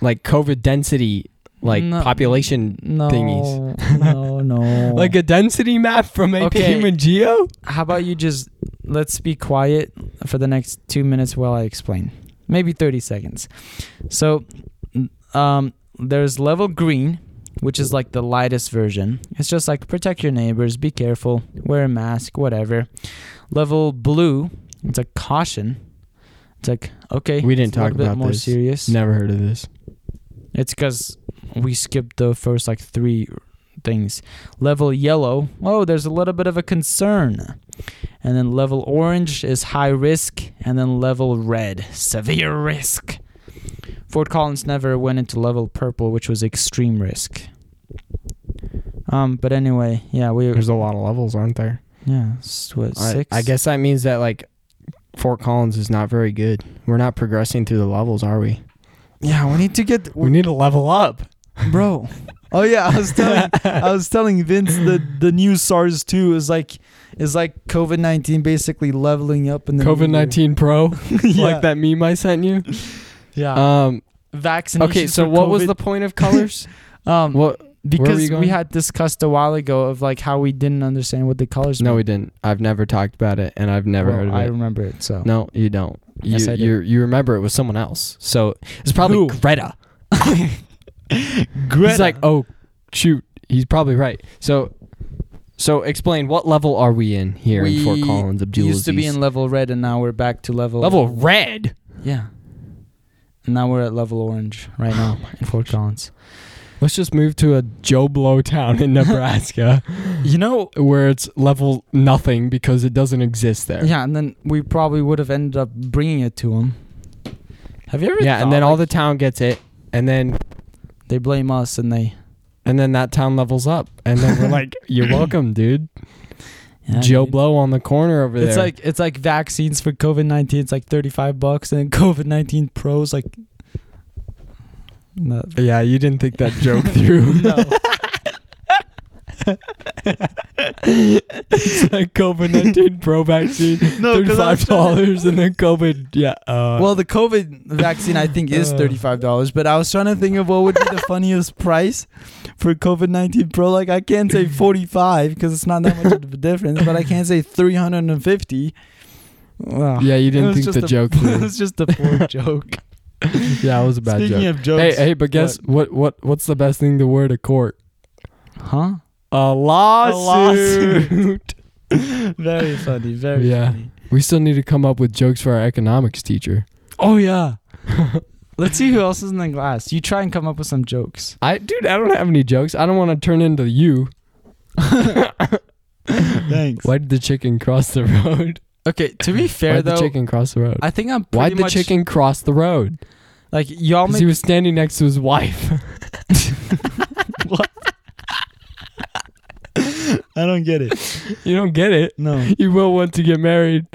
Speaker 1: like COVID density, like
Speaker 2: No.
Speaker 1: population,
Speaker 2: no,
Speaker 1: Thingies.
Speaker 2: (laughs) no, no.
Speaker 1: (laughs) like a density map from AP
Speaker 2: Okay.
Speaker 1: and Geo.
Speaker 2: How about you just let's be quiet for the next two minutes while I explain? Maybe 30 seconds. So, um, there's level green, which is like the lightest version. It's just like protect your neighbors, be careful, wear a mask, whatever. Level blue, it's a caution. It's like, okay,
Speaker 1: We didn't
Speaker 2: it's a little
Speaker 1: talk
Speaker 2: bit
Speaker 1: about
Speaker 2: more
Speaker 1: this.
Speaker 2: serious.
Speaker 1: Never heard of this.
Speaker 2: It's because we skipped the first like three things. Level yellow, oh, there's a little bit of a concern. And then level orange is high risk, and then level red, severe risk. Fort Collins never went into level purple, which was extreme risk. Um, but anyway, yeah, we
Speaker 1: There's a lot of levels, aren't there?
Speaker 2: yeah, s- what
Speaker 1: I-
Speaker 2: six?
Speaker 1: I, guess that means that like Fort Collins is not very good. We're not progressing through the levels, are we?
Speaker 2: yeah, we need to get
Speaker 1: We need to level up.
Speaker 2: bro. Oh yeah, I was telling I was telling Vince that the new SARS two is like is like COVID nineteen basically leveling up in the new year.
Speaker 1: COVID nineteen (laughs) Pro,
Speaker 2: yeah.
Speaker 1: like that meme I sent you.
Speaker 2: yeah
Speaker 1: Um,
Speaker 2: vaccination.
Speaker 1: okay, so what was the point of (laughs) colors?
Speaker 2: um
Speaker 1: what? were
Speaker 2: because
Speaker 1: we
Speaker 2: we,
Speaker 1: going?
Speaker 2: had discussed a while ago of like how we didn't understand what the colors.
Speaker 1: No,
Speaker 2: meant.
Speaker 1: we didn't. I've never talked about it, and I've never
Speaker 2: Well,
Speaker 1: heard of
Speaker 2: I
Speaker 1: it.
Speaker 2: remember it. So (laughs)
Speaker 1: No, you don't. You
Speaker 2: Yes, I do.
Speaker 1: you you remember it was someone else. So it's probably
Speaker 2: Who?
Speaker 1: Greta.
Speaker 2: Greta.
Speaker 1: He's like, oh shoot, he's probably right. So so explain what level are we in here in Fort
Speaker 2: We
Speaker 1: Collins?
Speaker 2: We used to be
Speaker 1: Abdulaziz?
Speaker 2: in level red, and now we're back to level
Speaker 1: level red.
Speaker 2: Yeah, and now we're at level orange
Speaker 1: Oh
Speaker 2: right now in Fort Collins.
Speaker 1: Let's just move to a Joe Blow town (laughs) in Nebraska
Speaker 2: You know,
Speaker 1: where it's level nothing because it doesn't exist there.
Speaker 2: Yeah, and then we probably would have ended up bringing it to him. Have you ever?
Speaker 1: Yeah, and then
Speaker 2: thought,
Speaker 1: all
Speaker 2: like,
Speaker 1: the town gets it, and then
Speaker 2: they blame us, and they
Speaker 1: and then that town levels up, and then (laughs) we're like, "You're welcome, dude."
Speaker 2: Yeah,
Speaker 1: Joe
Speaker 2: dude.
Speaker 1: Blow on the corner over there.
Speaker 2: It's like it's like vaccines for COVID nineteen. It's like thirty five bucks, and then (laughs) COVID nineteen pros like. (laughs) No.
Speaker 1: Yeah, you didn't think that
Speaker 2: (laughs)
Speaker 1: joke through.
Speaker 2: No.
Speaker 1: it's like COVID (laughs) nineteen pro vaccine,
Speaker 2: (laughs) No,
Speaker 1: thirty
Speaker 2: 'cause I'm
Speaker 1: five
Speaker 2: trying to-
Speaker 1: dollars, and then COVID. Yeah. Uh,
Speaker 2: Well, the COVID vaccine I think is
Speaker 1: Uh.
Speaker 2: thirty five dollars, but I was trying to think of what would be the (laughs) funniest price for COVID nineteen pro. Like I can't say forty five because it's not that much of a difference, but I can't say three hundred and fifty.
Speaker 1: yeah, you
Speaker 2: It
Speaker 1: didn't
Speaker 2: was
Speaker 1: think
Speaker 2: just
Speaker 1: the
Speaker 2: a-
Speaker 1: joke
Speaker 2: (laughs) it
Speaker 1: through.
Speaker 2: was just
Speaker 1: (laughs)
Speaker 2: a poor joke.
Speaker 1: yeah, it was a bad
Speaker 2: Speaking
Speaker 1: joke.
Speaker 2: of jokes,
Speaker 1: hey, hey, but guess what? What what's the best thing to wear to court?
Speaker 2: huh?
Speaker 1: A lawsuit. (laughs)
Speaker 2: very funny, very
Speaker 1: Yeah.
Speaker 2: funny.
Speaker 1: we still need to come up with jokes for our economics teacher.
Speaker 2: Oh yeah. (laughs) Let's see who else is in the class. You try and come up with some jokes.
Speaker 1: I dude, I don't have any jokes. I don't want to turn into you.
Speaker 2: (laughs) Thanks.
Speaker 1: Why did the chicken cross the road?
Speaker 2: Okay, to be
Speaker 1: Why
Speaker 2: (laughs) fair
Speaker 1: did the
Speaker 2: though,
Speaker 1: chicken cross the road?
Speaker 2: I think I'm pretty
Speaker 1: Why'd the
Speaker 2: much
Speaker 1: chicken cross the road?
Speaker 2: like y'all
Speaker 1: Because
Speaker 2: make
Speaker 1: he was standing next to his wife. (laughs)
Speaker 2: I don't get it.
Speaker 1: you don't get it.
Speaker 2: No. (laughs)
Speaker 1: You will want to get married.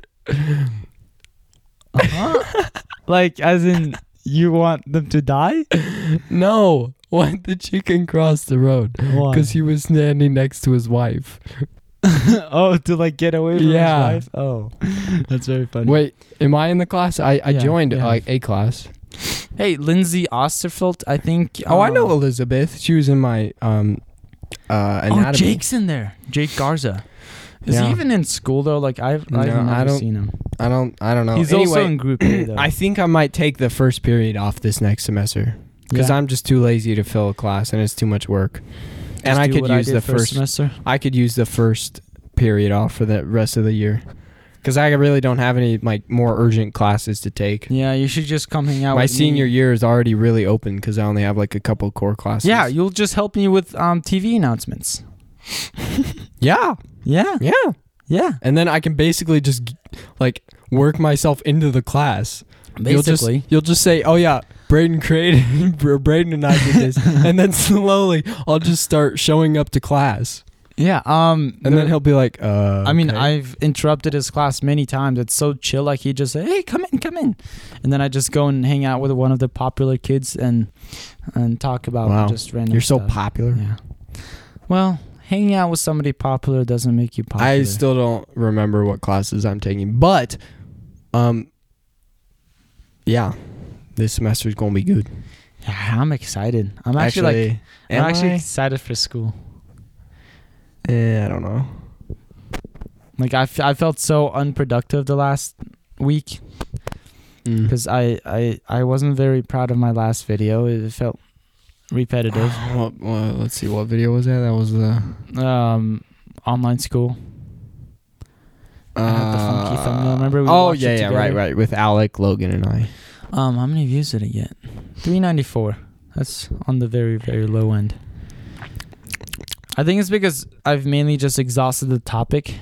Speaker 2: Uh-huh. (laughs) like as in you want them to (laughs) die?
Speaker 1: No. Why did the chicken cross the road?
Speaker 2: Why?
Speaker 1: Because he was standing next to his wife.
Speaker 2: (laughs) oh, to like get away from
Speaker 1: Yeah.
Speaker 2: his wife. Oh. (laughs) That's very funny.
Speaker 1: Wait, am I in the class? I, I
Speaker 2: Yeah,
Speaker 1: joined
Speaker 2: yeah.
Speaker 1: like a class.
Speaker 2: Hey, Lindsay Osterfeld, I think
Speaker 1: Oh, I
Speaker 2: um,
Speaker 1: know Elizabeth. She was in my um uh anatomy.
Speaker 2: Oh, Jake's in there. Jake Garza. Is
Speaker 1: Yeah.
Speaker 2: he even in school though? Like I've, I've
Speaker 1: No,
Speaker 2: never
Speaker 1: I don't-
Speaker 2: seen him.
Speaker 1: I don't I don't know.
Speaker 2: He's
Speaker 1: anyway,
Speaker 2: also in group A though.
Speaker 1: (clears throat) I think I might take the first period off this next semester because
Speaker 2: Yeah.
Speaker 1: I'm just too lazy to fill a class and it's too much work. and
Speaker 2: Just
Speaker 1: I
Speaker 2: do
Speaker 1: could
Speaker 2: what
Speaker 1: use
Speaker 2: did
Speaker 1: the first
Speaker 2: semester.
Speaker 1: I could use the first period off for the rest of the year because I really don't have any like more urgent classes to take.
Speaker 2: Yeah, you should just come hang out.
Speaker 1: My
Speaker 2: with me.
Speaker 1: senior year is already really open because I only have like a couple core classes.
Speaker 2: Yeah, you'll just help me with um TV announcements.
Speaker 1: yeah,
Speaker 2: Yeah,
Speaker 1: yeah.
Speaker 2: yeah.
Speaker 1: And then I can basically just g- like work myself into the class. You'll just-
Speaker 2: Basically,
Speaker 1: You'll just say, "Oh yeah, Braden created, (laughs) Br- Braden and I did
Speaker 2: (laughs)
Speaker 1: this," and then slowly I'll just start showing up to class,
Speaker 2: yeah. Um,
Speaker 1: and
Speaker 2: there-
Speaker 1: then he'll be like, "Uh."
Speaker 2: I mean,
Speaker 1: okay."
Speaker 2: I've interrupted his class many times. It's so chill. Like he just say, "Hey, come in, come in," and then I just go and hang out with one of the popular kids and and talk about
Speaker 1: Wow.
Speaker 2: just random.
Speaker 1: you're so
Speaker 2: stuff.
Speaker 1: popular.
Speaker 2: Yeah. Well, hanging out with somebody popular doesn't make you popular.
Speaker 1: I still don't remember what classes I'm taking, but um, yeah, this semester's gonna be good.
Speaker 2: Yeah, I'm excited. I'm actually, like
Speaker 1: am
Speaker 2: I'm actually
Speaker 1: I?
Speaker 2: excited for school.
Speaker 1: Eh, I don't know.
Speaker 2: Like I, f- I felt so unproductive the last week
Speaker 1: Mm.
Speaker 2: because I, I I wasn't very proud of my last video. It felt repetitive.
Speaker 1: (sighs) What, what, let's see, what video was that? That was the.
Speaker 2: Um, online school. I had the funky
Speaker 1: uh,
Speaker 2: thumbnail. Remember we
Speaker 1: oh
Speaker 2: watched it
Speaker 1: yeah, yeah, right,
Speaker 2: together?
Speaker 1: right. With Alec, Logan, and I.
Speaker 2: Um, how many views did it get? Three ninety four. That's on the very very low end.
Speaker 3: I think it's because I've mainly just exhausted the topic.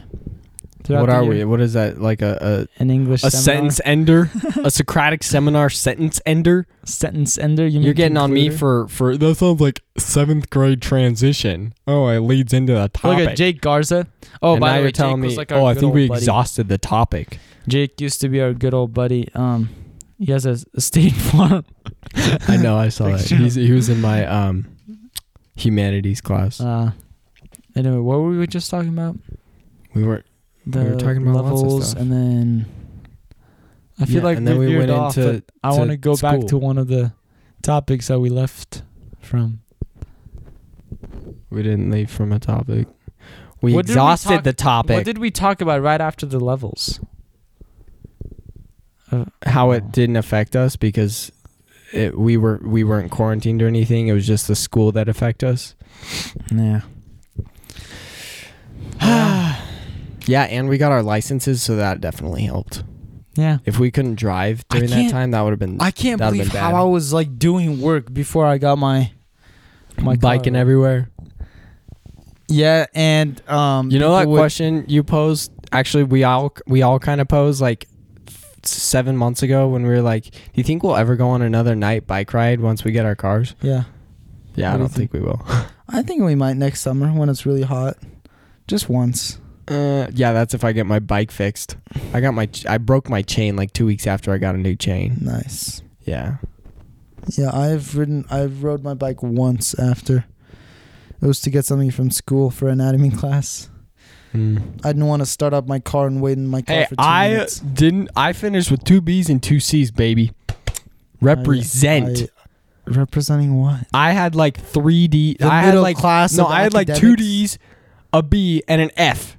Speaker 3: throughout
Speaker 1: What
Speaker 3: the
Speaker 1: are
Speaker 3: year.
Speaker 1: we? What is that? Like a
Speaker 3: An English
Speaker 1: a, a
Speaker 3: seminar.
Speaker 1: sentence ender,
Speaker 3: (laughs)
Speaker 1: a Socratic seminar sentence ender.
Speaker 3: sentence ender. You mean
Speaker 1: You're getting on me
Speaker 3: concluder?
Speaker 1: for for that sounds like seventh grade transition. Oh, it leads into that topic.
Speaker 3: Look at Jake Garza. Oh,
Speaker 1: and
Speaker 3: by
Speaker 1: now
Speaker 3: the way,
Speaker 1: you're telling
Speaker 3: Jake
Speaker 1: me,
Speaker 3: was like our
Speaker 1: oh, I
Speaker 3: good
Speaker 1: think
Speaker 3: old
Speaker 1: we
Speaker 3: buddy.
Speaker 1: exhausted
Speaker 3: (laughs)
Speaker 1: the topic.
Speaker 3: Jake used to be our good old buddy. Um, he has a, s- a state (laughs) farm.
Speaker 1: I know, I saw that.
Speaker 2: Picture.
Speaker 1: He's, he was in my um humanities class.
Speaker 3: Uh, anyway, what were we just talking about?
Speaker 1: we were
Speaker 3: The
Speaker 1: were talking about lots of stuff.
Speaker 3: and then I feel
Speaker 1: Yeah,
Speaker 3: like
Speaker 1: and then
Speaker 3: we,
Speaker 1: we
Speaker 3: veered
Speaker 1: went
Speaker 3: off,
Speaker 1: into-
Speaker 3: but I
Speaker 1: to
Speaker 3: want to go back to
Speaker 1: school.
Speaker 3: one of the topics that we left from.
Speaker 1: we didn't leave from a topic. We
Speaker 3: What did we
Speaker 1: exhausted
Speaker 3: talk-
Speaker 1: the topic.
Speaker 3: What did we talk about right after the levels? Uh,
Speaker 1: how it didn't affect us because it, we were we weren't quarantined or anything. It was just the school that affected us.
Speaker 3: Yeah.
Speaker 1: yeah, and we got our licenses, so that definitely helped.
Speaker 3: (sighs) Yeah.
Speaker 1: If we couldn't drive
Speaker 2: I
Speaker 1: during that
Speaker 2: can't-
Speaker 1: time, that would have been
Speaker 2: I can't
Speaker 1: That'd
Speaker 2: believe
Speaker 1: been
Speaker 2: how
Speaker 1: bad.
Speaker 2: I was like doing work before I got my my
Speaker 1: biking
Speaker 2: car.
Speaker 1: everywhere.
Speaker 2: Yeah, and um,
Speaker 1: You know that
Speaker 2: people would-
Speaker 1: question you posed. Actually, we all we all kind of posed like f- seven months ago when we were like, "Do you think we'll ever go on another night bike ride once we get our cars?"
Speaker 2: Yeah,
Speaker 1: Yeah,
Speaker 2: What
Speaker 1: I
Speaker 2: do you
Speaker 1: don't think we will. (laughs)
Speaker 2: I think we might next summer when it's really hot, just once.
Speaker 1: Uh, yeah, that's if I get my bike fixed. I got my ch- I broke my chain like two weeks after I got a new chain.
Speaker 2: Nice.
Speaker 1: Yeah,
Speaker 2: Yeah, I've ridden. I've rode my bike once after. It was to get something from school for anatomy (laughs) class.
Speaker 1: Hmm.
Speaker 2: I didn't want to start up my car and wait in my car
Speaker 1: Hey,
Speaker 2: for two
Speaker 1: I
Speaker 2: minutes.
Speaker 1: didn't. I finished with two B's and two C's, baby. Represent.
Speaker 2: I- representing what?
Speaker 1: I, had like three D.
Speaker 2: The
Speaker 1: I had
Speaker 2: middle
Speaker 1: like
Speaker 2: class
Speaker 1: no.
Speaker 2: of
Speaker 1: I had like two
Speaker 2: academics?
Speaker 1: D's, a B, and an F.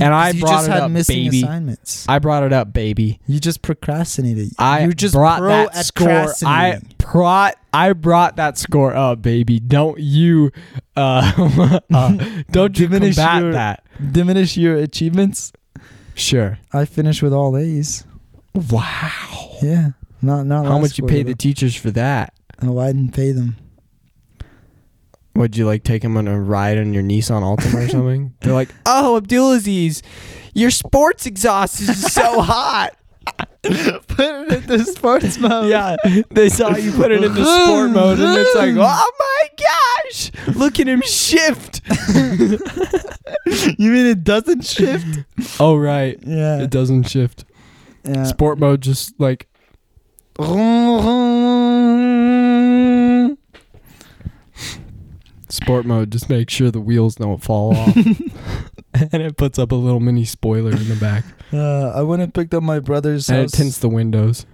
Speaker 1: And I
Speaker 2: you
Speaker 1: brought
Speaker 2: just
Speaker 1: it
Speaker 2: had
Speaker 1: up,
Speaker 2: missing
Speaker 1: baby.
Speaker 2: assignments.
Speaker 1: I brought it up, baby.
Speaker 2: You just procrastinated.
Speaker 1: I
Speaker 2: you just
Speaker 1: brought
Speaker 2: pro
Speaker 1: that
Speaker 2: at
Speaker 1: score. I
Speaker 2: procrastinating.
Speaker 1: brought I brought that score up, baby. Don't you, uh, (laughs) uh don't you
Speaker 2: Diminish
Speaker 1: combat
Speaker 2: your-
Speaker 1: that.
Speaker 2: diminish your achievements.
Speaker 1: Sure.
Speaker 2: I finished with all A's.
Speaker 1: Wow.
Speaker 2: Yeah, not not.
Speaker 1: How
Speaker 2: last
Speaker 1: much you
Speaker 2: quarter,
Speaker 1: pay the teachers for that?
Speaker 2: though. Oh, I didn't pay them.
Speaker 1: Would you like take them on a ride on your Nissan Altima or
Speaker 2: (laughs)
Speaker 1: something? They're like, "Oh, Abdulaziz, your sports exhaust is
Speaker 2: (laughs)
Speaker 1: so hot."
Speaker 2: Put it in the (laughs) sports mode.
Speaker 1: yeah, they saw you put it into sport mode, and it's
Speaker 2: (laughs)
Speaker 1: like, "Oh my gosh, look at him shift!"
Speaker 2: You mean it doesn't shift?
Speaker 1: Oh right,
Speaker 2: Yeah.
Speaker 1: doesn't shift.
Speaker 2: yeah. (laughs)
Speaker 1: Sport mode just like sport mode just make sure the wheels don't
Speaker 2: (laughs)
Speaker 1: fall off and it puts up a little mini spoiler in the
Speaker 2: (laughs)
Speaker 1: back
Speaker 2: Uh, I went and picked up my brother's
Speaker 1: and it
Speaker 2: house.
Speaker 1: tints the windows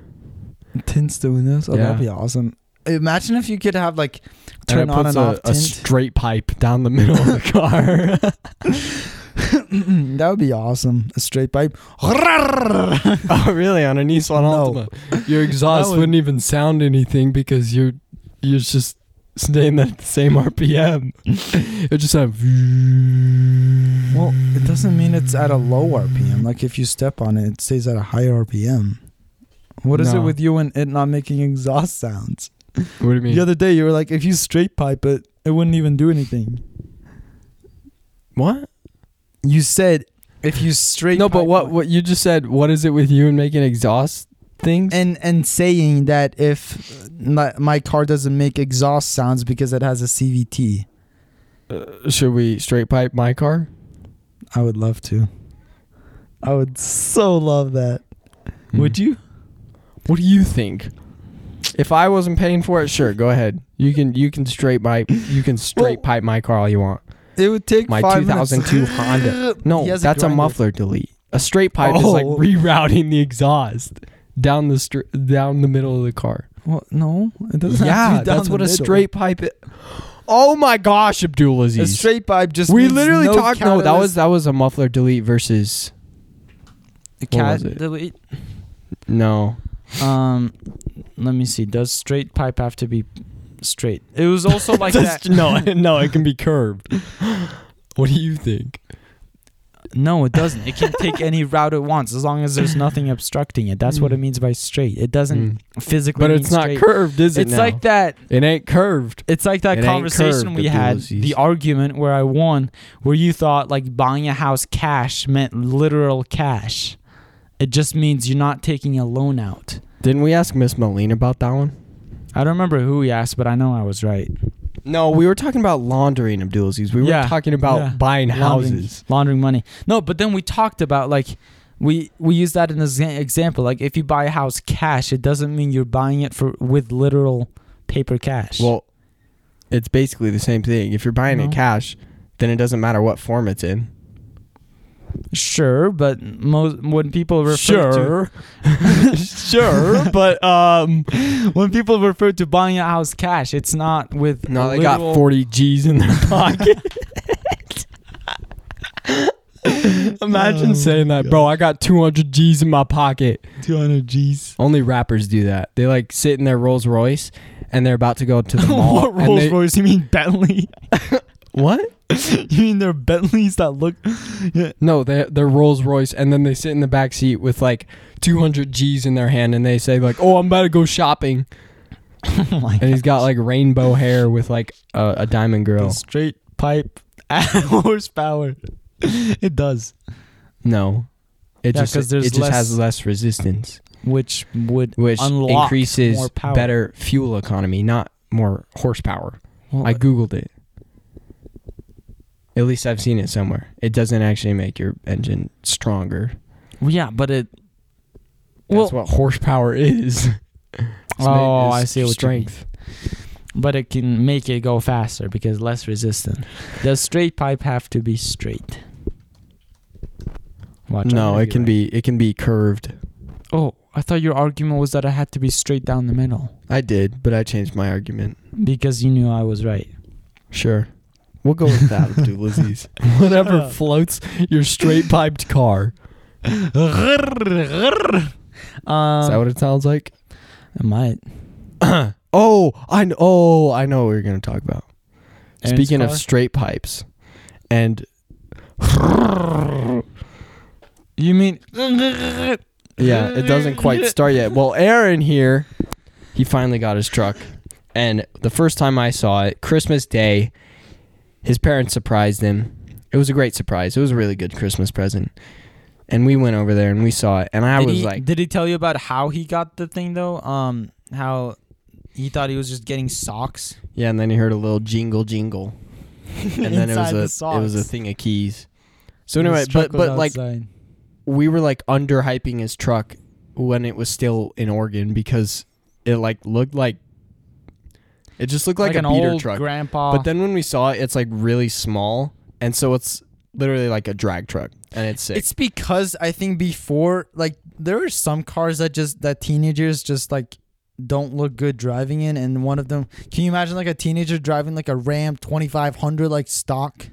Speaker 2: tints the windows. Oh,
Speaker 1: Yeah.
Speaker 2: that'd be awesome. Imagine if you could have like
Speaker 1: and it
Speaker 2: turn on
Speaker 1: puts
Speaker 2: and
Speaker 1: a,
Speaker 2: off
Speaker 1: a
Speaker 2: tint.
Speaker 1: straight pipe down the middle of the car
Speaker 2: (clears throat) (laughs) that would be awesome. A straight (laughs) pipe.
Speaker 1: oh really on a nissan
Speaker 2: No.
Speaker 1: altima your exhaust
Speaker 2: That would-
Speaker 1: wouldn't even sound anything because you're you're just staying at the same rpm it just sound
Speaker 2: Well, it doesn't mean it's at a low RPM. Like if you step on it, it stays at a high RPM. What is
Speaker 1: No.
Speaker 2: it with you and it not making exhaust sounds?
Speaker 1: what do you mean
Speaker 2: The other day you were like, if you straight pipe it, it wouldn't even do anything.
Speaker 1: what
Speaker 2: You said if you straight
Speaker 1: No, but
Speaker 2: pipe
Speaker 1: what
Speaker 2: it-
Speaker 1: what you just said? What is it with you and making exhaust things?
Speaker 2: and and saying that if my, my car doesn't make exhaust sounds because it has a CVT,
Speaker 1: Uh, should we straight pipe my car?
Speaker 2: I would love to. I would so love that.
Speaker 1: Hmm.
Speaker 2: Would you?
Speaker 1: What do you think? If I wasn't paying for it, sure, go ahead. You can you can straight pipe you can straight
Speaker 2: Well-
Speaker 1: pipe my car all you want.
Speaker 2: It would take
Speaker 1: My
Speaker 2: five
Speaker 1: 2002
Speaker 2: (laughs) minutes.
Speaker 1: Honda. No,
Speaker 2: He has
Speaker 1: that's a,
Speaker 2: grinder.
Speaker 1: muffler delete. A straight pipe is like
Speaker 2: Oh.
Speaker 1: (laughs) rerouting the exhaust down the str- down the middle of the car.
Speaker 2: Well, no, it (laughs) doesn't.
Speaker 1: yeah,
Speaker 2: have to be down
Speaker 1: that's
Speaker 2: the
Speaker 1: what a
Speaker 2: middle.
Speaker 1: straight pipe. i- oh my gosh, Abdulaziz.
Speaker 2: A straight pipe just.
Speaker 1: we
Speaker 2: means
Speaker 1: literally
Speaker 2: no
Speaker 1: talked. No, that was
Speaker 2: catalyst.
Speaker 1: that was a muffler delete versus What was it?
Speaker 3: delete.
Speaker 1: no.
Speaker 3: Um, let me see. Does straight pipe have to be straight? It was
Speaker 1: (laughs)
Speaker 3: also like
Speaker 1: That's-
Speaker 3: that.
Speaker 1: No, no, it can be curved. What do you think?
Speaker 3: No, it doesn't. It can take any route it wants as long as there's nothing obstructing it. That's what it
Speaker 1: Mm.
Speaker 3: means by straight. It doesn't physically.
Speaker 1: Hmm. But
Speaker 3: mean
Speaker 1: it's not
Speaker 3: straight.
Speaker 1: curved, is it?
Speaker 3: It's
Speaker 1: now?
Speaker 3: like that.
Speaker 1: It ain't curved.
Speaker 3: It's like that
Speaker 1: It ain't
Speaker 3: conversation
Speaker 1: curved,
Speaker 3: we
Speaker 1: the
Speaker 3: had,
Speaker 1: Ulysses.
Speaker 3: the argument where I won, where you thought like buying a house cash meant literal cash. It just means you're not taking a loan out.
Speaker 1: Didn't we ask Miss Moline about that one?
Speaker 3: I don't remember who we asked, but I know I was right.
Speaker 1: No, we were talking about laundering Abdulaziz. We were
Speaker 3: Yeah,
Speaker 1: talking about
Speaker 3: yeah.
Speaker 1: buying
Speaker 3: Laundering.
Speaker 1: houses.
Speaker 3: laundering money. No, but then we talked about like we we use that in an example. Like if you buy a house cash, it doesn't mean you're buying it for with literal paper cash.
Speaker 1: Well, it's basically the same thing. If you're buying
Speaker 3: No.
Speaker 1: it cash, then it doesn't matter what form it's in.
Speaker 3: sure, but most when people refer (laughs) to
Speaker 1: (laughs) sure, but um,
Speaker 3: when people refer to buying a house cash, it's not with
Speaker 1: no,
Speaker 3: a
Speaker 1: they
Speaker 3: (laughs)
Speaker 1: got
Speaker 3: literal-
Speaker 1: forty G's in their pocket. (laughs) Imagine saying that, bro. I got two hundred G's in my pocket.
Speaker 3: 200 G's.
Speaker 1: Only rappers do that. They like sit in their Rolls Royce and they're about to go to the mall.
Speaker 3: (laughs) (laughs) what
Speaker 1: and
Speaker 3: Rolls
Speaker 1: they-
Speaker 3: Royce? You mean Bentley?
Speaker 1: (laughs) What?
Speaker 3: (laughs) you mean they're Bentleys that look?
Speaker 1: No, they're, they're Rolls Royce, and then they sit in the back seat with like 200 G's in their hand, and they say like, "Oh, I'm about to go shopping,"
Speaker 3: (laughs) oh my
Speaker 1: and he's got like rainbow hair with like a, a diamond
Speaker 3: The
Speaker 1: girl.
Speaker 3: straight pipe (laughs) at horsepower. It does.
Speaker 1: No, it
Speaker 3: Yeah, 'cause
Speaker 1: just
Speaker 3: there's
Speaker 1: it just has
Speaker 3: less-
Speaker 1: less resistance,
Speaker 3: which would
Speaker 1: which
Speaker 3: Unlocks more
Speaker 1: increases
Speaker 3: power.
Speaker 1: better fuel economy, not more horsepower.
Speaker 3: well,
Speaker 1: I googled it. At least I've seen it somewhere. It doesn't actually make your engine stronger.
Speaker 3: well, yeah, but it.
Speaker 1: That's
Speaker 3: well,
Speaker 1: what
Speaker 3: (laughs)
Speaker 1: horsepower is. (laughs) It's ma-
Speaker 3: oh,
Speaker 1: it's
Speaker 3: I see what strength.
Speaker 1: strength.
Speaker 3: But it can make it go faster because less resistant. Does straight pipe have to be straight? Watch, I'm
Speaker 1: no,
Speaker 3: gonna
Speaker 1: it can
Speaker 3: right.
Speaker 1: be it can be curved.
Speaker 3: Oh, I thought your argument was that I had to be straight down the middle
Speaker 1: I did, but I changed my argument.
Speaker 3: because you knew I was right.
Speaker 1: Sure. We'll go with (laughs) that, Abdulaziz. Whatever floats your straight piped car. Is that
Speaker 3: (laughs) Um,
Speaker 1: what it sounds like?
Speaker 3: it might.
Speaker 1: (clears throat) oh, I know, oh, I know what you're going to talk about.
Speaker 3: Aaron's
Speaker 1: Speaking of
Speaker 3: car?
Speaker 1: straight pipes and (laughs)
Speaker 3: you mean
Speaker 1: (laughs) yeah,
Speaker 3: (laughs)
Speaker 1: it doesn't quite start yet. Well, Aaron here, he finally got his truck. And the first time I saw it, Christmas Day, his parents surprised him. It was a great surprise. It was a really good Christmas present. And we went over there and we saw it. And I
Speaker 3: did
Speaker 1: was
Speaker 3: he,
Speaker 1: like,
Speaker 3: did he tell you about how he got the thing though? Um, how he thought he was just getting socks.
Speaker 1: yeah. And then he heard a little
Speaker 3: (laughs)
Speaker 1: jingle, jingle. (laughs) And then it
Speaker 3: Inside the
Speaker 1: was a it was a
Speaker 3: socks.
Speaker 1: thing of keys. So anyway, but but like we were like underhyping his truck when it was still in Oregon because it like looked like it just looked like,
Speaker 3: an
Speaker 1: a beater
Speaker 3: old
Speaker 1: truck.
Speaker 3: grandpa.
Speaker 1: But then when we saw it, it's like really small, and so it's literally like a drag truck, and it's sick.
Speaker 2: (laughs) It's because I think before, like, there were some cars that just that teenagers just like don't look good driving in, and one of them. Can you imagine like a teenager driving like a Ram twenty five hundred like stock?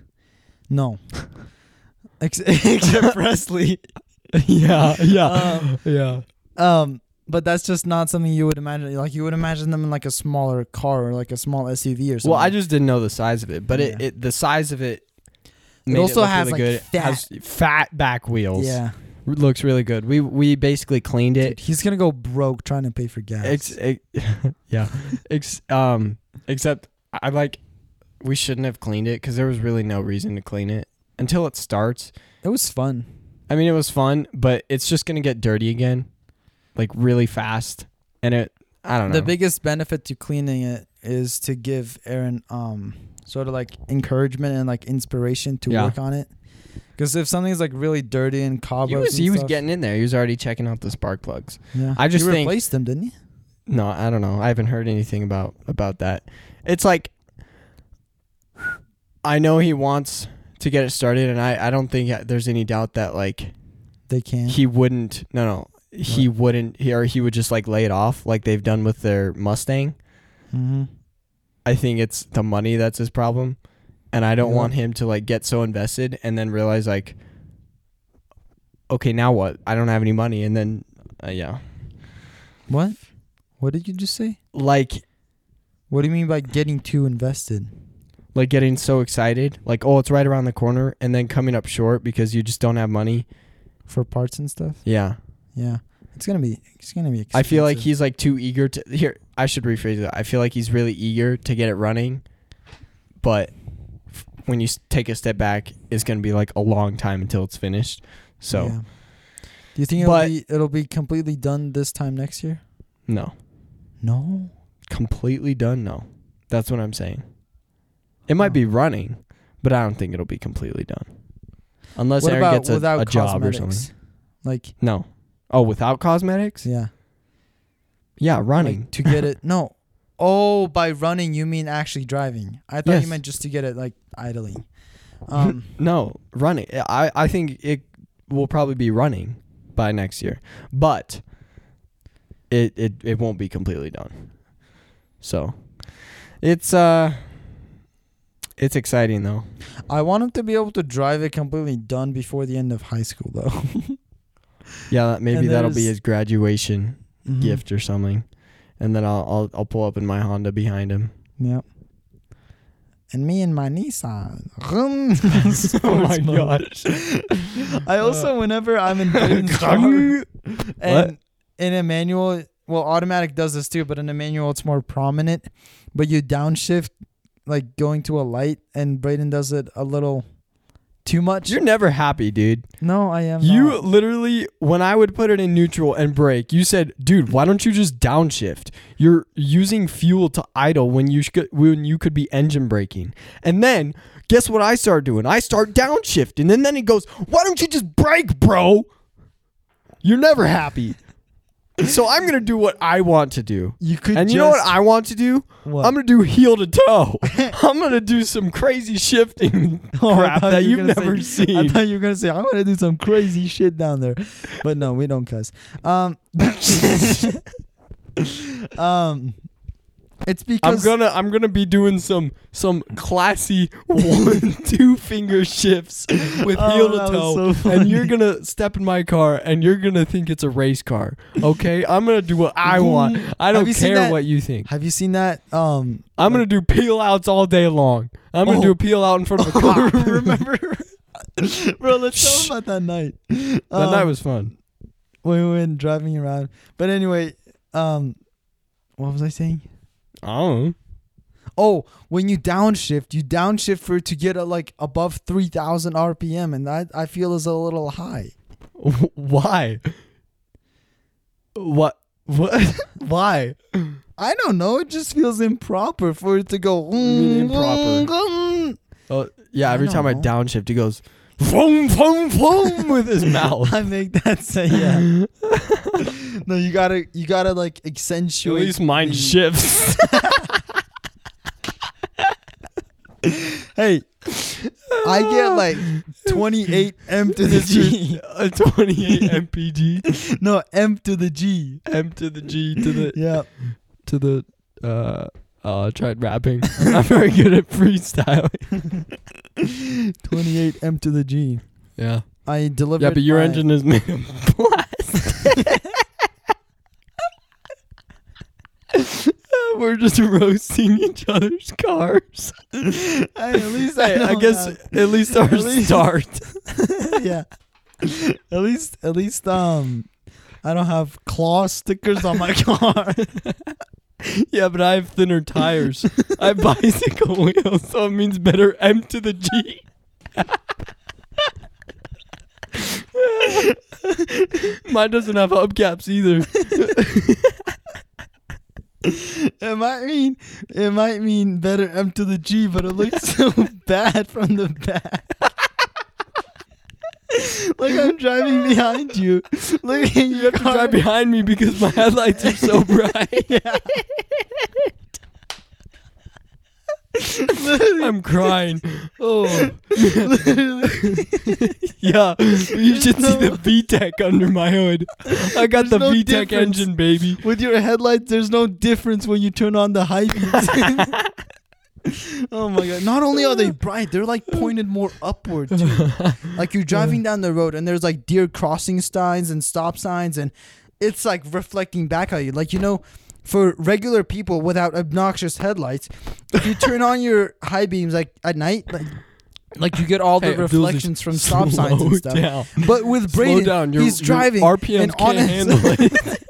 Speaker 2: No. (laughs) Ex- (laughs)
Speaker 1: (laughs)
Speaker 2: Except Presley.
Speaker 1: yeah, yeah,
Speaker 2: (laughs) Um,
Speaker 1: yeah.
Speaker 2: Um, but that's just not something you would imagine. Like you would imagine them in like a smaller car or like a small SUV or something.
Speaker 1: Well, I just didn't know the size of it, but it,
Speaker 2: Yeah.
Speaker 1: it the size of it.
Speaker 2: It
Speaker 1: made
Speaker 2: also
Speaker 1: look
Speaker 2: has,
Speaker 1: really
Speaker 2: like,
Speaker 1: good. It
Speaker 2: fat-
Speaker 1: has fat back wheels.
Speaker 2: yeah.
Speaker 1: R- looks really good. We we basically cleaned
Speaker 2: Dude,
Speaker 1: it.
Speaker 2: he's gonna go broke trying to pay for gas.
Speaker 1: Ex, ex, e, (laughs) yeah, ex, um, except I like we shouldn't have cleaned it because there was really no reason to clean it until it starts.
Speaker 2: it was fun.
Speaker 1: I mean, it was fun, but it's just gonna get dirty again, like really fast. And it, I don't know.
Speaker 2: The biggest benefit to cleaning it is to give Aaron um sort of like encouragement and like inspiration to
Speaker 1: Yeah.
Speaker 2: work on it. Because if something's like really dirty and
Speaker 1: he
Speaker 2: cobwebs,
Speaker 1: was
Speaker 2: and
Speaker 1: he was
Speaker 2: stuff-
Speaker 1: getting in there. He was already checking out the spark plugs.
Speaker 2: Yeah.
Speaker 1: I just
Speaker 2: you
Speaker 1: think-
Speaker 2: replaced them, didn't you?
Speaker 1: No, I don't know. I haven't heard anything about about that. It's like I know he wants to get it started, and I I don't think there's any doubt that like
Speaker 2: They can.
Speaker 1: he wouldn't. No, no, he wouldn't. He or he would just like lay it off, like they've done with their Mustang.
Speaker 2: hmm
Speaker 1: I think it's the money that's his problem, and I don't
Speaker 2: Yeah.
Speaker 1: want him to like get so invested and then realize like, okay, now what? I don't have any money, and then uh, yeah,
Speaker 2: What? What did you just say?
Speaker 1: like
Speaker 2: What do you mean by getting too invested?
Speaker 1: like getting so excited, like oh, it's right around the corner, and then coming up short because you just don't have money.
Speaker 2: for parts and stuff.
Speaker 1: Yeah,
Speaker 2: Yeah, it's gonna be it's gonna be. Expensive.
Speaker 1: I feel like he's like too eager to. Here, I should rephrase it. I feel like he's really eager to get it running, but f- when you s- take a step back, it's gonna be like a long time until it's finished. So
Speaker 2: Yeah. Do you think it'll
Speaker 1: But-
Speaker 2: be it'll be completely done this time next year?
Speaker 1: no,
Speaker 2: No.
Speaker 1: completely done. No, that's what I'm saying. It might
Speaker 2: Huh.
Speaker 1: be running, but I don't think it'll be completely done, unless
Speaker 2: what
Speaker 1: Aaron
Speaker 2: about
Speaker 1: gets a,
Speaker 2: without
Speaker 1: a job or
Speaker 2: cosmetics?
Speaker 1: something.
Speaker 2: Like
Speaker 1: No. Oh, without cosmetics?
Speaker 2: yeah,
Speaker 1: Yeah, running.
Speaker 2: like to
Speaker 1: (laughs)
Speaker 2: get it. No. Oh, by running you mean actually driving? I thought
Speaker 1: Yes.
Speaker 2: you meant just to get it like idling. Um,
Speaker 1: (laughs) no, running. I, I think it will probably be running by next year, but it, it, it won't be completely done. So it's uh it's exciting though.
Speaker 2: I want him to be able to drive it completely done before the end of high school though.
Speaker 1: Yeah, that, maybe
Speaker 2: And
Speaker 1: that'll be
Speaker 2: there's-
Speaker 1: his graduation (laughs)
Speaker 2: Mhm.
Speaker 1: gift or something, and then I'll, I'll I'll pull up in my Honda behind him.
Speaker 2: Mm-hmm. Yep. And me and my (laughs) Nissan.
Speaker 1: (laughs) (laughs) Oh
Speaker 2: Sports
Speaker 1: my
Speaker 2: mode.
Speaker 1: (laughs)
Speaker 2: I also,
Speaker 1: Uh,
Speaker 2: whenever I'm in Brayden's car, and in a manual, well, automatic does this too, but in a manual, it's more prominent. But you downshift, like going to a light, and Brayden does it a little too much.
Speaker 1: You're never happy, dude.
Speaker 2: no, I am.
Speaker 1: You
Speaker 2: not.
Speaker 1: literally, when I would put it in neutral and brake, you said, "Dude, why don't you just downshift? You're using fuel to idle when you should, when you could be engine braking." And then, guess what I start doing? I start downshifting, and then he goes, "Why don't you just brake, bro? You're never (laughs) happy." so I'm gonna do what I want to do,
Speaker 2: You could.
Speaker 1: and
Speaker 2: just,
Speaker 1: you know
Speaker 2: (laughs)
Speaker 1: what I want to do?
Speaker 2: What?
Speaker 1: I'm gonna do heel to
Speaker 2: (laughs)
Speaker 1: toe. I'm gonna do some crazy shifting
Speaker 2: Oh, I
Speaker 1: crap
Speaker 2: thought
Speaker 1: that
Speaker 2: you
Speaker 1: you've
Speaker 2: were
Speaker 1: never
Speaker 2: gonna say- I
Speaker 1: seen.
Speaker 2: thought you were gonna say I'm gonna do some crazy shit down there, but no, we don't cuss. Um, (laughs) um, it's
Speaker 1: I'm
Speaker 2: because
Speaker 1: gonna I'm gonna be doing some some classy
Speaker 2: (laughs)
Speaker 1: one two finger shifts with
Speaker 2: Oh,
Speaker 1: heel to
Speaker 2: that was
Speaker 1: toe,
Speaker 2: so
Speaker 1: and you're
Speaker 2: funny.
Speaker 1: gonna step in my car and you're gonna think it's a race car. Okay, I'm gonna do what I want. I
Speaker 2: Have
Speaker 1: don't
Speaker 2: you seen
Speaker 1: care
Speaker 2: that-
Speaker 1: what you think.
Speaker 2: Have you seen that? Um,
Speaker 1: I'm gonna do peel outs all day long. I'm gonna
Speaker 2: Oh.
Speaker 1: do a peel out in front
Speaker 2: (laughs)
Speaker 1: of a car.
Speaker 2: remember, bro? Let's
Speaker 1: (laughs) Shh.
Speaker 2: talk about that night.
Speaker 1: that
Speaker 2: Um,
Speaker 1: night was fun.
Speaker 2: when we went driving around. But anyway, um, what was I saying?
Speaker 1: Oh,
Speaker 2: Oh, when you downshift, you downshift for to get a, like above three thousand RPM, and that I feel is a little high.
Speaker 1: (laughs) why? What? What? (laughs) why?
Speaker 2: I don't know. It just feels improper for it to go.
Speaker 1: mean improper?
Speaker 2: "Mm, mm,
Speaker 1: Oh, yeah.
Speaker 2: I
Speaker 1: Every
Speaker 2: don't
Speaker 1: time I
Speaker 2: know.
Speaker 1: downshift, he goes. Vroom, vroom, vroom (laughs) with his mouth.
Speaker 2: (laughs) mm." (laughs) I make that say yeah. (laughs) no, you gotta you gotta like
Speaker 1: At
Speaker 2: accentuate.
Speaker 1: least mine
Speaker 2: the-
Speaker 1: shifts.
Speaker 2: Hey, I get
Speaker 1: (laughs)
Speaker 2: like 28 (laughs) m to the g.
Speaker 1: a
Speaker 2: (laughs)
Speaker 1: 28 mpg,
Speaker 2: No, m to the g.
Speaker 1: m to the g to the
Speaker 2: Yeah.
Speaker 1: to the. Uh, oh, I tried
Speaker 2: (laughs)
Speaker 1: rapping. I'm not very good at freestyling.
Speaker 2: 28 m to the g.
Speaker 1: Yeah,
Speaker 2: I delivered.
Speaker 1: yeah, but your
Speaker 2: my-
Speaker 1: engine is made of (laughs) plastic. (laughs) We're just roasting each other's cars.
Speaker 2: Hey, at least I,
Speaker 1: Hey, (laughs) I,
Speaker 2: don't
Speaker 1: guess
Speaker 2: have-
Speaker 1: at least
Speaker 2: (laughs) At
Speaker 1: ours
Speaker 2: least-
Speaker 1: start.
Speaker 2: (laughs) yeah. At least, at least, um, I don't have claw stickers on my (laughs) car. (laughs)
Speaker 1: (laughs) Yeah, but I have thinner tires. I have bicycle wheels, so it means better M to the G. (laughs) Mine doesn't have hubcaps either.
Speaker 2: It might mean it might mean better M to the G, but it looks so (laughs) bad from the back. (laughs) like I'm driving behind you. Look at
Speaker 1: You
Speaker 2: your
Speaker 1: have to
Speaker 2: car.
Speaker 1: drive behind me because my headlights are
Speaker 2: (laughs)
Speaker 1: so bright. I'm crying. Oh, yeah. You should see the VTEC under my hood. I got
Speaker 2: There's
Speaker 1: the
Speaker 2: no
Speaker 1: VTEC
Speaker 2: difference.
Speaker 1: engine, baby.
Speaker 2: With your headlights, there's no difference when you turn on the high
Speaker 1: (laughs)
Speaker 2: beams. oh my god! Not only are they bright, they're like pointed more upward. Too. Like you're driving down the road, and there's like deer crossing signs and stop signs, and it's like reflecting back at you. Like you know,
Speaker 4: for regular people without obnoxious headlights, if you turn on your high beams like at night, like, like you get all the
Speaker 1: Hey, Abdul's just
Speaker 4: reflections from stop signs and
Speaker 1: Slow
Speaker 4: stuff.
Speaker 1: down.
Speaker 4: But with
Speaker 1: Slow
Speaker 4: Braden,
Speaker 1: down. Your,
Speaker 4: he's
Speaker 1: your
Speaker 4: driving
Speaker 1: RPMs
Speaker 4: and
Speaker 1: can't
Speaker 4: honest-
Speaker 1: (laughs) handle it.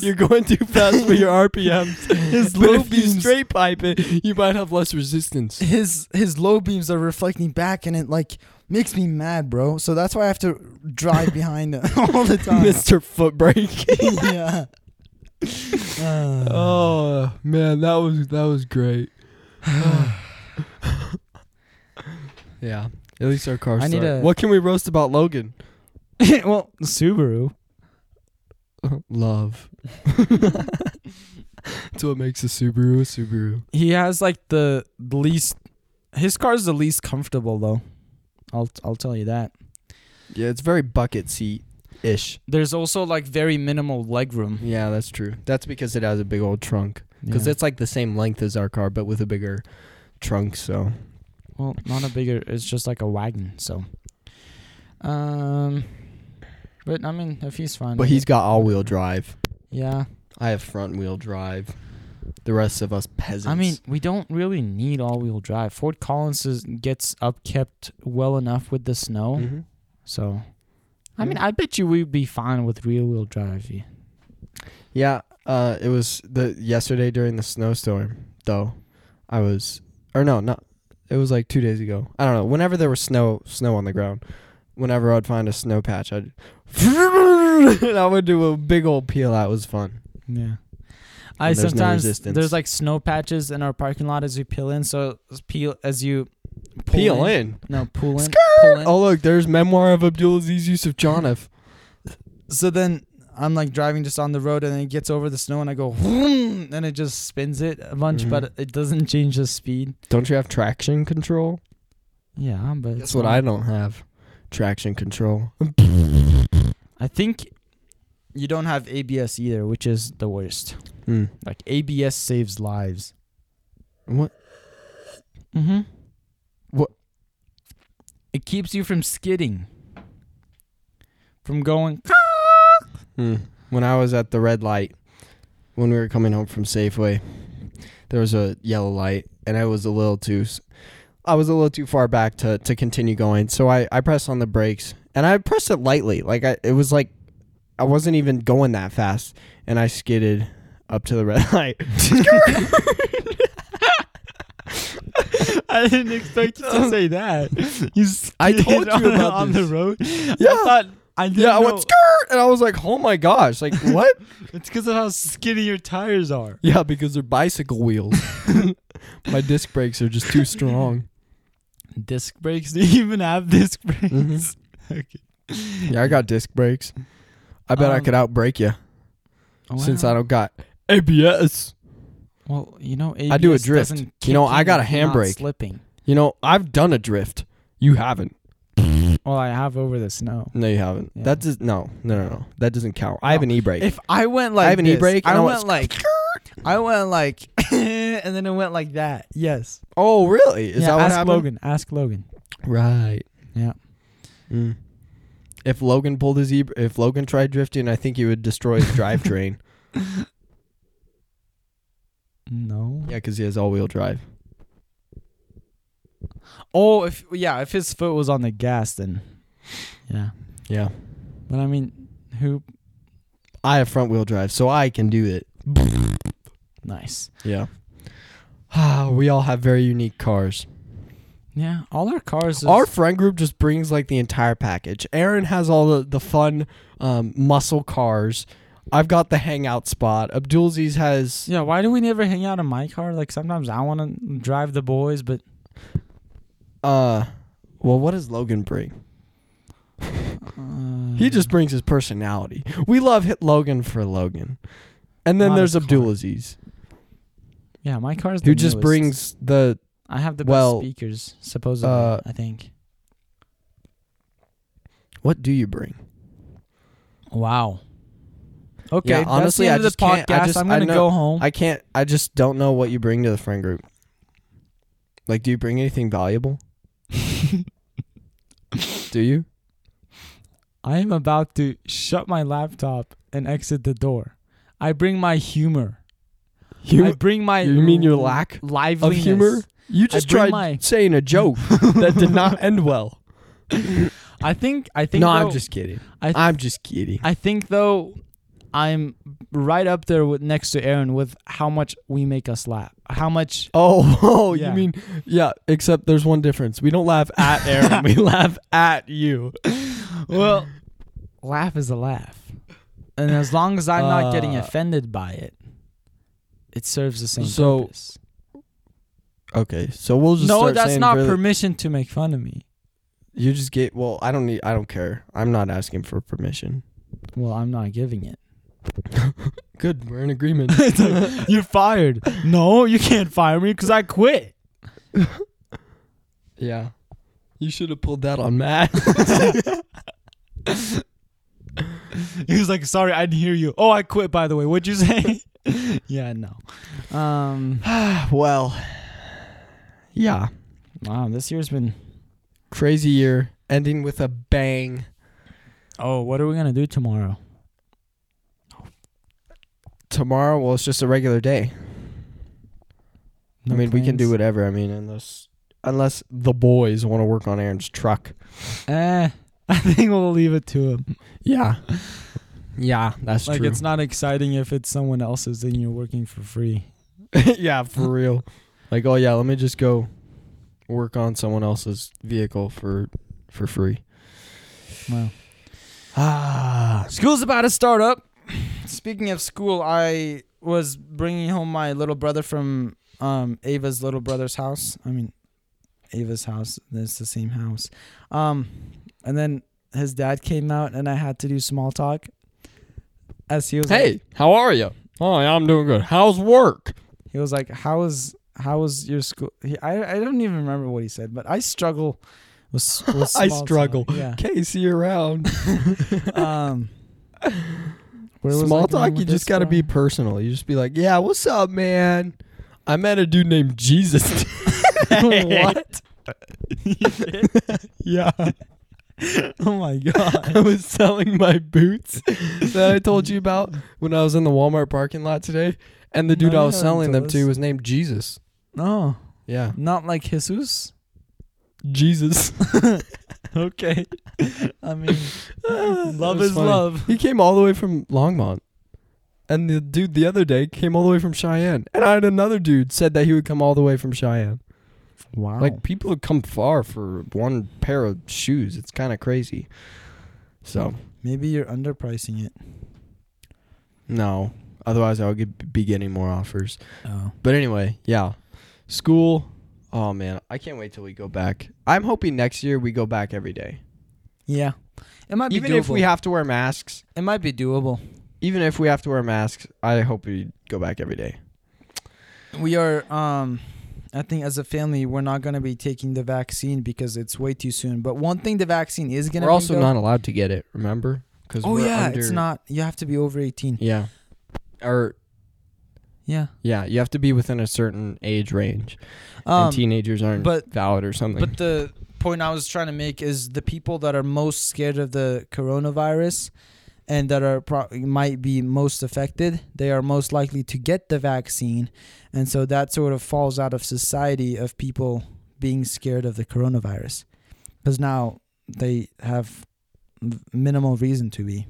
Speaker 1: You're going too fast for your RPMs.
Speaker 4: his
Speaker 1: but
Speaker 4: low
Speaker 1: if you
Speaker 4: beams,
Speaker 1: straight pipe it, you might have less (laughs) resistance.
Speaker 4: his his low beams are reflecting back, and it like makes me mad, bro. So that's why I have to drive
Speaker 2: (laughs)
Speaker 4: behind all the time.
Speaker 1: Mr. Foot Brake.
Speaker 4: yeah. Uh,
Speaker 1: (laughs) oh man, that was that was great. yeah. At least our cars.
Speaker 4: I need
Speaker 1: start.
Speaker 4: a-
Speaker 1: What can we roast about Logan?
Speaker 2: (sighs)
Speaker 1: (laughs)
Speaker 2: well, Subaru.
Speaker 4: (laughs)
Speaker 1: Love. That's what makes a Subaru a Subaru.
Speaker 2: He has like the least. His car's the least comfortable though. I'll I'll tell you that.
Speaker 1: Yeah, it's very bucket seat ish.
Speaker 2: There's also like very minimal legroom.
Speaker 1: Yeah, that's true. That's because it has a big old trunk. Because it's like the same length as our car, but with a bigger trunk. So
Speaker 2: Mm-hmm. well, not a bigger. It's just like a wagon. So, um, but I mean, if he's fine.
Speaker 1: But
Speaker 2: with
Speaker 1: he's
Speaker 2: it.
Speaker 1: got all wheel drive.
Speaker 2: yeah.
Speaker 1: I have front wheel drive. The rest of us peasants.
Speaker 2: I mean, we don't really need all-wheel drive. Ford Collins is, gets upkept well enough with the snow.
Speaker 1: Mhm.
Speaker 2: So, I mean,
Speaker 1: Yeah.
Speaker 2: I bet you we'd be fine with rear-wheel drive. yeah.
Speaker 1: Yeah, uh, it was the yesterday during the snowstorm though. I was, or no, not. It was like two days ago. I don't know. Whenever there was snow, snow on the ground, whenever I'd find a snow patch, I'd (laughs) and I would do a big old peel out. It was fun.
Speaker 2: Yeah. I
Speaker 1: And there's no
Speaker 2: sometimes
Speaker 1: resistance.
Speaker 2: there's like snow patches in our parking lot as you peel in. So as peel as you pull
Speaker 1: Peel in.
Speaker 2: No, pull in.
Speaker 1: Skirt!
Speaker 2: Pull in.
Speaker 1: Oh look, there's memoir of Abdulaziz Yusuf Janif.
Speaker 4: so then I'm like driving just on the road, and then it gets over the snow, and I go, "Vroom," and it just spins it a bunch,
Speaker 1: Mhm.
Speaker 4: but
Speaker 2: But it doesn't change the speed.
Speaker 1: Don't you have traction control?
Speaker 2: Yeah, but
Speaker 1: That's
Speaker 2: it's
Speaker 1: what
Speaker 2: not-
Speaker 1: I don't have. Traction control.
Speaker 2: I think you don't have ABS either, which is the worst.
Speaker 1: Hmm.
Speaker 2: Like ABS saves lives.
Speaker 1: What?
Speaker 2: Mm-hmm.
Speaker 1: What-
Speaker 2: It keeps you from skidding. From going. (laughs)
Speaker 1: Mm. When I was at the red light, when we were coming home from Safeway, there was a yellow light, and I was a little too, s- I was a little too far back to to continue going. So I I pressed on the brakes, and I pressed it lightly, like I it was like I wasn't even going that fast, and I skidded up to the (laughs) red light.
Speaker 2: I didn't expect you (laughs) to say that. You
Speaker 1: I told you
Speaker 2: on,
Speaker 1: about
Speaker 2: on
Speaker 1: this.
Speaker 2: the road.
Speaker 1: Yeah.
Speaker 2: I thought I didn't
Speaker 1: yeah, I
Speaker 2: know.
Speaker 1: went skirt, and I was like, oh my gosh, like what?
Speaker 2: It's because of how skinny your tires are.
Speaker 1: yeah, because they're bicycle (laughs) wheels. my disc brakes are just too strong.
Speaker 2: Disc brakes? (laughs) Mm-hmm. Do you even have disc brakes?
Speaker 1: Mhm.
Speaker 2: (laughs) Okay.
Speaker 1: Yeah, I got disc brakes. I bet I
Speaker 2: Um,
Speaker 1: could outbrake you.
Speaker 2: Oh,
Speaker 1: since I don't got ABS.
Speaker 2: Well, you know,
Speaker 1: I do a
Speaker 2: ABS
Speaker 1: drift.
Speaker 2: doesn't
Speaker 1: You know,
Speaker 2: kick
Speaker 1: I
Speaker 2: in
Speaker 1: got
Speaker 2: if
Speaker 1: a
Speaker 2: you're not
Speaker 1: handbrake.
Speaker 2: Slipping.
Speaker 1: You know, I've done a drift. You haven't.
Speaker 2: Well, I have over the snow.
Speaker 1: No, you haven't.
Speaker 2: Yeah.
Speaker 1: That does no, no, no, no. That doesn't count. I have an e-brake.
Speaker 4: If I went like
Speaker 1: I have an
Speaker 4: this,
Speaker 1: e-brake, and
Speaker 4: I
Speaker 1: I
Speaker 4: went
Speaker 1: went
Speaker 4: like,
Speaker 1: (laughs)
Speaker 4: I went
Speaker 2: (laughs)
Speaker 4: like, and then it went like that. Yes.
Speaker 1: oh, really? Is
Speaker 2: yeah,
Speaker 1: that what
Speaker 2: ask
Speaker 1: happened?
Speaker 2: Logan. Ask Logan.
Speaker 1: Right.
Speaker 2: Yeah.
Speaker 1: Mm. If Logan pulled his e, if Logan tried drifting, I think he would destroy his (laughs) drivetrain.
Speaker 2: No.
Speaker 1: yeah, because he has all-wheel drive.
Speaker 2: Oh, if yeah, if his foot was on the gas, then yeah.
Speaker 1: Yeah.
Speaker 2: But I mean, who?
Speaker 1: I have front-wheel drive, so I can do it.
Speaker 2: Nice.
Speaker 1: Yeah. Ah, we all have very unique cars.
Speaker 2: Yeah. All our cars. Is,
Speaker 1: Our friend group just brings like the entire package. Aaron has all the, the fun um, muscle cars. I've got the hangout spot. Abdulaziz has
Speaker 2: yeah. Why do we never hang out in my car? Like sometimes I want to drive the boys, but
Speaker 1: uh well what does Logan bring?
Speaker 2: uh,
Speaker 1: He just brings his personality. We love hit Logan for Logan. And then
Speaker 2: Not
Speaker 1: there's
Speaker 2: his car.
Speaker 1: Abdulaziz
Speaker 2: yeah. My car's the
Speaker 1: who just
Speaker 2: newest.
Speaker 1: brings the
Speaker 2: I have the
Speaker 1: well,
Speaker 2: best speakers supposedly.
Speaker 1: uh,
Speaker 2: I think.
Speaker 1: what do you bring?
Speaker 2: Wow. Okay.
Speaker 1: Yeah,
Speaker 2: that's
Speaker 1: honestly,
Speaker 2: the
Speaker 1: I
Speaker 2: end of
Speaker 1: just
Speaker 2: the
Speaker 1: can't- I
Speaker 2: podcast.
Speaker 1: just-
Speaker 2: I'm
Speaker 1: I
Speaker 2: gonna
Speaker 1: know-
Speaker 2: go home.
Speaker 1: I can't I just don't know what you bring to the friend group. Like do you bring anything (laughs) valuable? do you?
Speaker 2: I am about to shut my laptop and exit the door. I bring my humor. I bring my.
Speaker 1: you mean your
Speaker 2: l-
Speaker 1: lack of
Speaker 2: liveliness.
Speaker 1: humor? You just
Speaker 2: bring
Speaker 1: tried
Speaker 2: my-
Speaker 1: saying a
Speaker 2: (laughs)
Speaker 1: joke that did not end well.
Speaker 2: I think. I think.
Speaker 1: No,
Speaker 2: though,
Speaker 1: I'm just kidding.
Speaker 2: I-
Speaker 1: I'm just kidding.
Speaker 2: I think though, I'm right up there with next to Aaron with how much we make us laugh. How much?
Speaker 1: Oh, (laughs) oh,
Speaker 2: Yeah.
Speaker 1: you mean yeah? Except there's one difference. We don't laugh
Speaker 2: (laughs)
Speaker 1: at Aaron. we laugh at you.
Speaker 2: Well, laugh is a laugh, and as long as I'm not getting
Speaker 1: Uh,
Speaker 2: offended by it, it serves the same
Speaker 1: So,
Speaker 2: purpose.
Speaker 1: Okay, so we'll just
Speaker 2: No,
Speaker 1: start
Speaker 2: that's
Speaker 1: saying
Speaker 2: not
Speaker 1: really-
Speaker 2: permission to make fun of me.
Speaker 1: you just get well. I don't need. I don't care. I'm not asking for permission.
Speaker 2: Well, I'm not giving it.
Speaker 1: Good, we're in (laughs) agreement.
Speaker 2: (laughs) It's like, You're fired. No, you can't fire me because I quit.
Speaker 1: yeah, you should have pulled that on Matt.
Speaker 2: He was like, "Sorry, I didn't hear you." Oh, I quit. By the way, what'd you say? (laughs) yeah, no. Um,
Speaker 1: well, yeah,
Speaker 2: wow, this year's been
Speaker 1: crazy year ending with a bang.
Speaker 2: Oh, what are we gonna do tomorrow?
Speaker 1: Tomorrow, well, it's just a regular day. I mean, we can do whatever. I mean, unless unless the boys want to work on Aaron's truck.
Speaker 2: Eh, (laughs) I think we'll leave it to him.
Speaker 1: Yeah. Yeah, that's
Speaker 2: like,
Speaker 1: true.
Speaker 2: it's not exciting if it's someone else's and you're working for free.
Speaker 1: (laughs) yeah, for real. Like, oh yeah, let me just go work on someone else's vehicle for for free.
Speaker 2: Wow.
Speaker 1: Ah.
Speaker 2: School's about to start up. Speaking of school, I was bringing home my little brother from um, Ava's little brother's house. I mean, Ava's house. It's the same house. Um, and then his dad came out, and I had to do small talk. As he was, like-
Speaker 1: Hey, how are you? Oh, yeah, I'm doing good. How's work?
Speaker 2: He was like, "How is how is your school?" He, I I don't even remember what he said, but I struggle
Speaker 1: (laughs)
Speaker 2: with, s- with
Speaker 1: I
Speaker 2: small
Speaker 1: struggle.
Speaker 2: talk. Yeah.
Speaker 1: Okay, see you around. (laughs)
Speaker 2: Um. where was I
Speaker 1: Small
Speaker 2: going
Speaker 1: talk, you
Speaker 2: with
Speaker 1: just
Speaker 2: this
Speaker 1: got to be
Speaker 2: guy?
Speaker 1: personal. You just be like, "Yeah, what's up, man? I met a dude named Jesus." (laughs)
Speaker 2: (laughs) What?
Speaker 1: yeah.
Speaker 2: (laughs) oh my
Speaker 1: (laughs)
Speaker 2: god.
Speaker 1: I was selling my boots that I told you about when I was in the Walmart parking lot today, and the dude
Speaker 2: No,
Speaker 1: I
Speaker 2: you
Speaker 1: was
Speaker 2: haven't
Speaker 1: selling them
Speaker 2: told
Speaker 1: to
Speaker 2: us.
Speaker 1: was named Jesus.
Speaker 2: No,
Speaker 1: Yeah,
Speaker 2: not like Jesus.
Speaker 1: (laughs) Jesus.
Speaker 2: (laughs) Okay.
Speaker 1: (laughs)
Speaker 2: I mean, love
Speaker 1: It was
Speaker 2: is
Speaker 1: funny.
Speaker 2: love.
Speaker 1: He came all the way from Longmont, and the dude the other day came all the way from Cheyenne, and I had another dude said that he would come all the way from Cheyenne.
Speaker 2: Wow.
Speaker 1: Like people have come far for one pair of shoes. It's kind of crazy. So
Speaker 2: maybe you're underpricing it.
Speaker 1: no, otherwise I would get, be getting more offers.
Speaker 2: Oh.
Speaker 1: But anyway, yeah. School. Oh man, I can't wait till we go back. I'm hoping next year we go back every day.
Speaker 2: Yeah. It might be
Speaker 1: Even
Speaker 2: doable.
Speaker 1: if we have to wear masks,
Speaker 2: it might be doable.
Speaker 1: even if we have to wear masks, I hope we go back every day.
Speaker 2: we are um i think as a family we're not going to be taking the vaccine because it's way too soon but one thing the vaccine is going to
Speaker 1: We're also not allowed to get it, remember? Cuz
Speaker 2: oh yeah it's not you have to be over 18
Speaker 1: Yeah. Or
Speaker 2: yeah
Speaker 1: yeah, you have to be within a certain age range.
Speaker 2: um
Speaker 1: and teenagers aren't
Speaker 2: but-
Speaker 1: valid or something.
Speaker 2: but the point i was trying to make is the people that are most scared of the coronavirus and that are pro- might be most affected they are most likely to get the vaccine and so that sort of falls out of society of people being scared of the coronavirus because now they have m- minimal reason to be